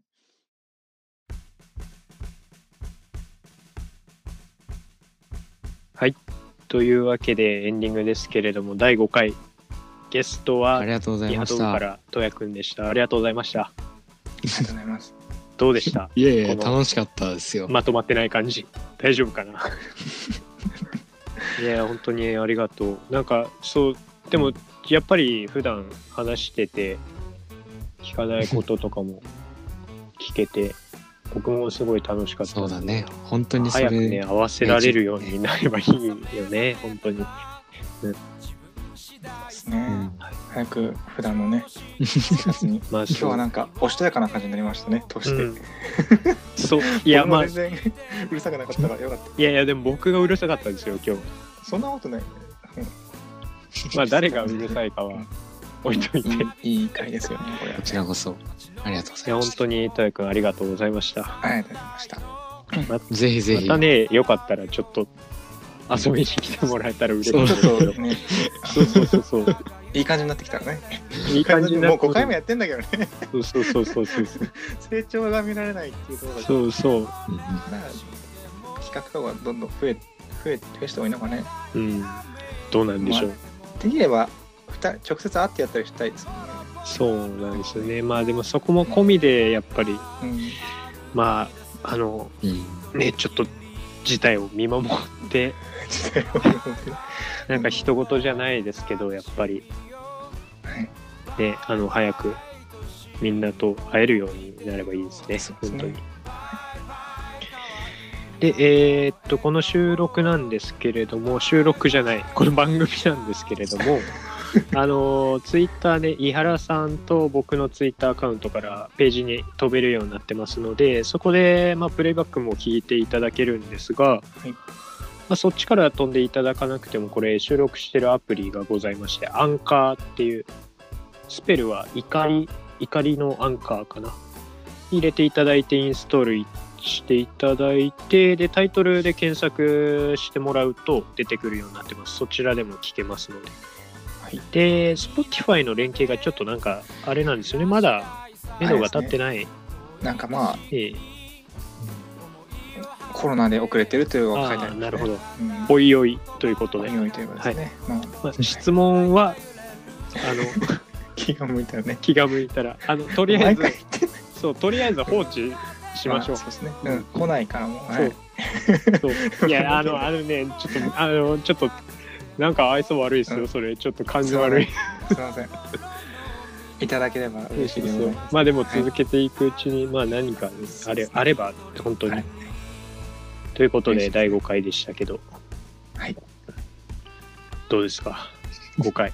Speaker 4: というわけでエンディングですけれども、第5回、ゲスト
Speaker 5: あ
Speaker 4: は、
Speaker 5: りがとうござ
Speaker 4: リ
Speaker 5: い
Speaker 4: ハ
Speaker 5: ま
Speaker 4: ド
Speaker 5: し
Speaker 4: ブか
Speaker 5: た。
Speaker 4: ら、トヤ君でした。ありがとうございました。
Speaker 3: ありがとうございます。
Speaker 4: どうでした
Speaker 5: いやいや、
Speaker 4: この
Speaker 5: 楽しかったですよ。
Speaker 4: まとまってない感じ大丈夫かな いや本当にありがとうなんかそうでもやっぱり普段話してて聞かないこととかも聞けて僕もすごい楽しかった
Speaker 5: そうだね。本当にそ
Speaker 4: 早くね
Speaker 5: れ、
Speaker 4: 合わせられるようになればいいよね本当に
Speaker 3: ですね
Speaker 5: うん
Speaker 3: 早く普段 のね、生活に。
Speaker 4: まあ
Speaker 3: 今日
Speaker 4: そう
Speaker 3: はなんか、おしとやかな感じになりましたね、として。
Speaker 4: うんそういや
Speaker 3: 僕も
Speaker 4: まあい
Speaker 3: 全然うるさくなかったからよかっ
Speaker 4: やいやでも僕がうるさかったんですよ今日
Speaker 3: た。そんなことない。
Speaker 4: まあ誰がうるさいかは置いといてい
Speaker 3: いいいい回ですよね、これは
Speaker 5: こ。ちらこそ、ありがとうござい
Speaker 4: や
Speaker 5: ま
Speaker 4: 本
Speaker 5: し
Speaker 4: 当にトヤ君ありがとうございました
Speaker 3: ありがとうございました。
Speaker 5: た。ぜひぜ
Speaker 4: ま
Speaker 5: ひ。
Speaker 4: たね、よかったらちょっと遊びに来てもらえたら嬉しい。
Speaker 3: ちょっとね、
Speaker 4: そうそうそうそう。
Speaker 3: いい感じになってきたね。
Speaker 4: いい感じにな
Speaker 3: もう
Speaker 4: って
Speaker 3: 5回もやってんだけどね、
Speaker 4: そうそうそうそうそうそう。
Speaker 3: 成長が見られないっていうところが、
Speaker 4: そうそう。
Speaker 5: うんうん
Speaker 3: まあ企画とかどんどん増え、増え、増えした方がいいのかね。
Speaker 4: うん。どうなんでしょう。
Speaker 3: できれば、ふた直接会ってやったりしたいですもんね。
Speaker 4: そうなんですよね。まあでもそこも込みでやっぱり、
Speaker 3: うん
Speaker 4: まあ、あの、
Speaker 5: うん
Speaker 4: ね、ちょっと事態を見守って、
Speaker 3: 時代を思っては
Speaker 4: なんか人事じゃないですけど、やっぱり、
Speaker 3: い
Speaker 4: ね、あの、早くみんなと会えるようになればいいですね。
Speaker 3: そうです
Speaker 4: 本
Speaker 3: ね
Speaker 4: 当に。で、えーっと、この収録なんですけれども、収録じゃない、この番組なんですけれど も、あの、ツイッターで、井原さんと僕のツイッターアカウントからページに飛べるようになってますので、そこで、まあ、プレイバックも聞いていただけるんですが、
Speaker 3: い
Speaker 4: まあ、そっちから飛んでいただかなくても、これ、収録してるアプリがございまして、アンカーっていう、スペルは怒り、怒りのアンカーかな。入れていただいて、インストールしていただいて、で、タイトルで検索してもらうと出てくるようになってます。そちらでも聞けますので。
Speaker 3: はい
Speaker 4: で、Spotify の連携がちょっとなんか、あれなんですよね。まだ、目処が立ってない。
Speaker 3: なんかまあ、
Speaker 4: ええ
Speaker 3: コロナで遅れてるというのが書いてあ
Speaker 4: あ
Speaker 3: る
Speaker 4: あ、
Speaker 3: ん
Speaker 4: なるほど。
Speaker 3: うん
Speaker 4: おいおいということ
Speaker 3: お
Speaker 4: で。
Speaker 3: いおいということですね。まあ、
Speaker 4: まあ、質問は、あの、
Speaker 3: 気が向いたらね。
Speaker 4: 気が向いたら、あの、とりあえ
Speaker 3: 毎
Speaker 4: ず
Speaker 3: 回、言って
Speaker 4: そう、とりあえず放置しましょう
Speaker 3: あ。そうですね。うん、来ないからもう。は
Speaker 4: そ。
Speaker 3: いう
Speaker 4: そう いや、あの、あのね、ちょっと、あの、ちょっと、なんか愛想悪いです
Speaker 3: う
Speaker 4: よ、
Speaker 3: ん
Speaker 4: それ。ちょっと感じ悪い。
Speaker 3: すいません。いただければ嬉しいでございます。
Speaker 4: まあでも続けていくうちに、まあ何かねあれあれば、本当に。
Speaker 3: はい
Speaker 4: ということ
Speaker 3: 嬉し
Speaker 4: で、
Speaker 3: いですね
Speaker 4: 第5回でしたけど。
Speaker 3: はい。
Speaker 4: どうですか ?5 回。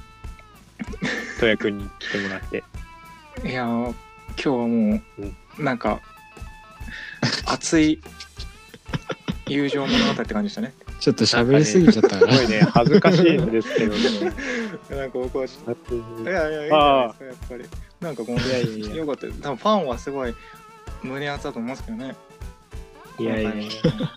Speaker 4: とやくんに来てもらって。
Speaker 3: いやー、今日はもう、なんか、熱い友情物語って感じでしたね。
Speaker 5: ちょっと喋りすぎちゃったか
Speaker 4: す
Speaker 5: ら
Speaker 4: ご。いね、恥ずかしいんですけ ど、でも
Speaker 3: なんか僕は、いやいや、いいじゃない
Speaker 4: あ
Speaker 3: ですか、やっぱり。なんかこ
Speaker 4: いやいや
Speaker 3: の、
Speaker 4: いや
Speaker 3: よかったです。多分ファンはすごい胸熱だと思いますけどね。
Speaker 4: いやいやいや
Speaker 3: 今回の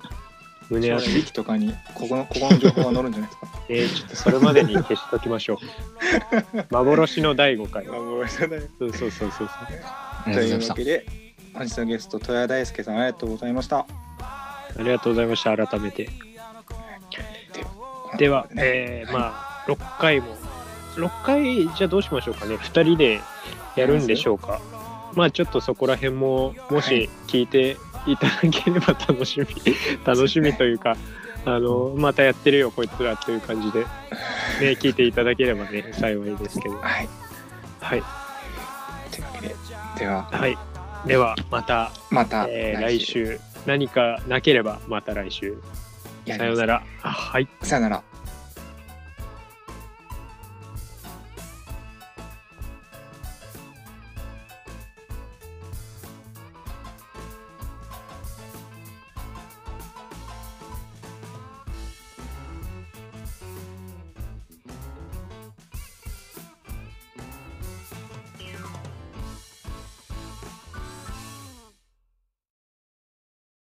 Speaker 4: 胸
Speaker 3: 将
Speaker 4: 熱
Speaker 3: 来
Speaker 4: い
Speaker 3: ウィキとかにここのここの情報が載るんじゃないですか。
Speaker 4: えーちょっとそれまでに消しときましょう。幻の第5回。
Speaker 3: あごめんなさい
Speaker 4: そうそうそうそう。あ
Speaker 5: あ
Speaker 3: と
Speaker 5: り
Speaker 3: い
Speaker 5: がとうございうまし
Speaker 3: わ
Speaker 5: た。
Speaker 3: けで本日のゲスト戸谷大輔さんありがとうございました。
Speaker 4: りがとうございました、改めて。では、えーまあ、6回も。6回、じゃあどうしましょうかね。2人でやるんでしょうか。まあ、ちょっとそこら辺も、もし聞いていただければ楽しみ、楽しみというか、あの、またやってるよ、こいつらという感じで、ね、聞いていただければね、幸いですけど。
Speaker 3: はい。
Speaker 4: はい。
Speaker 3: というわけででは
Speaker 4: はい。では、また。
Speaker 3: また
Speaker 4: えー来週何かなければまた来週
Speaker 3: や
Speaker 4: さ
Speaker 3: り
Speaker 4: よ
Speaker 3: ま
Speaker 4: う
Speaker 3: す
Speaker 4: ならあはい
Speaker 3: さよなら。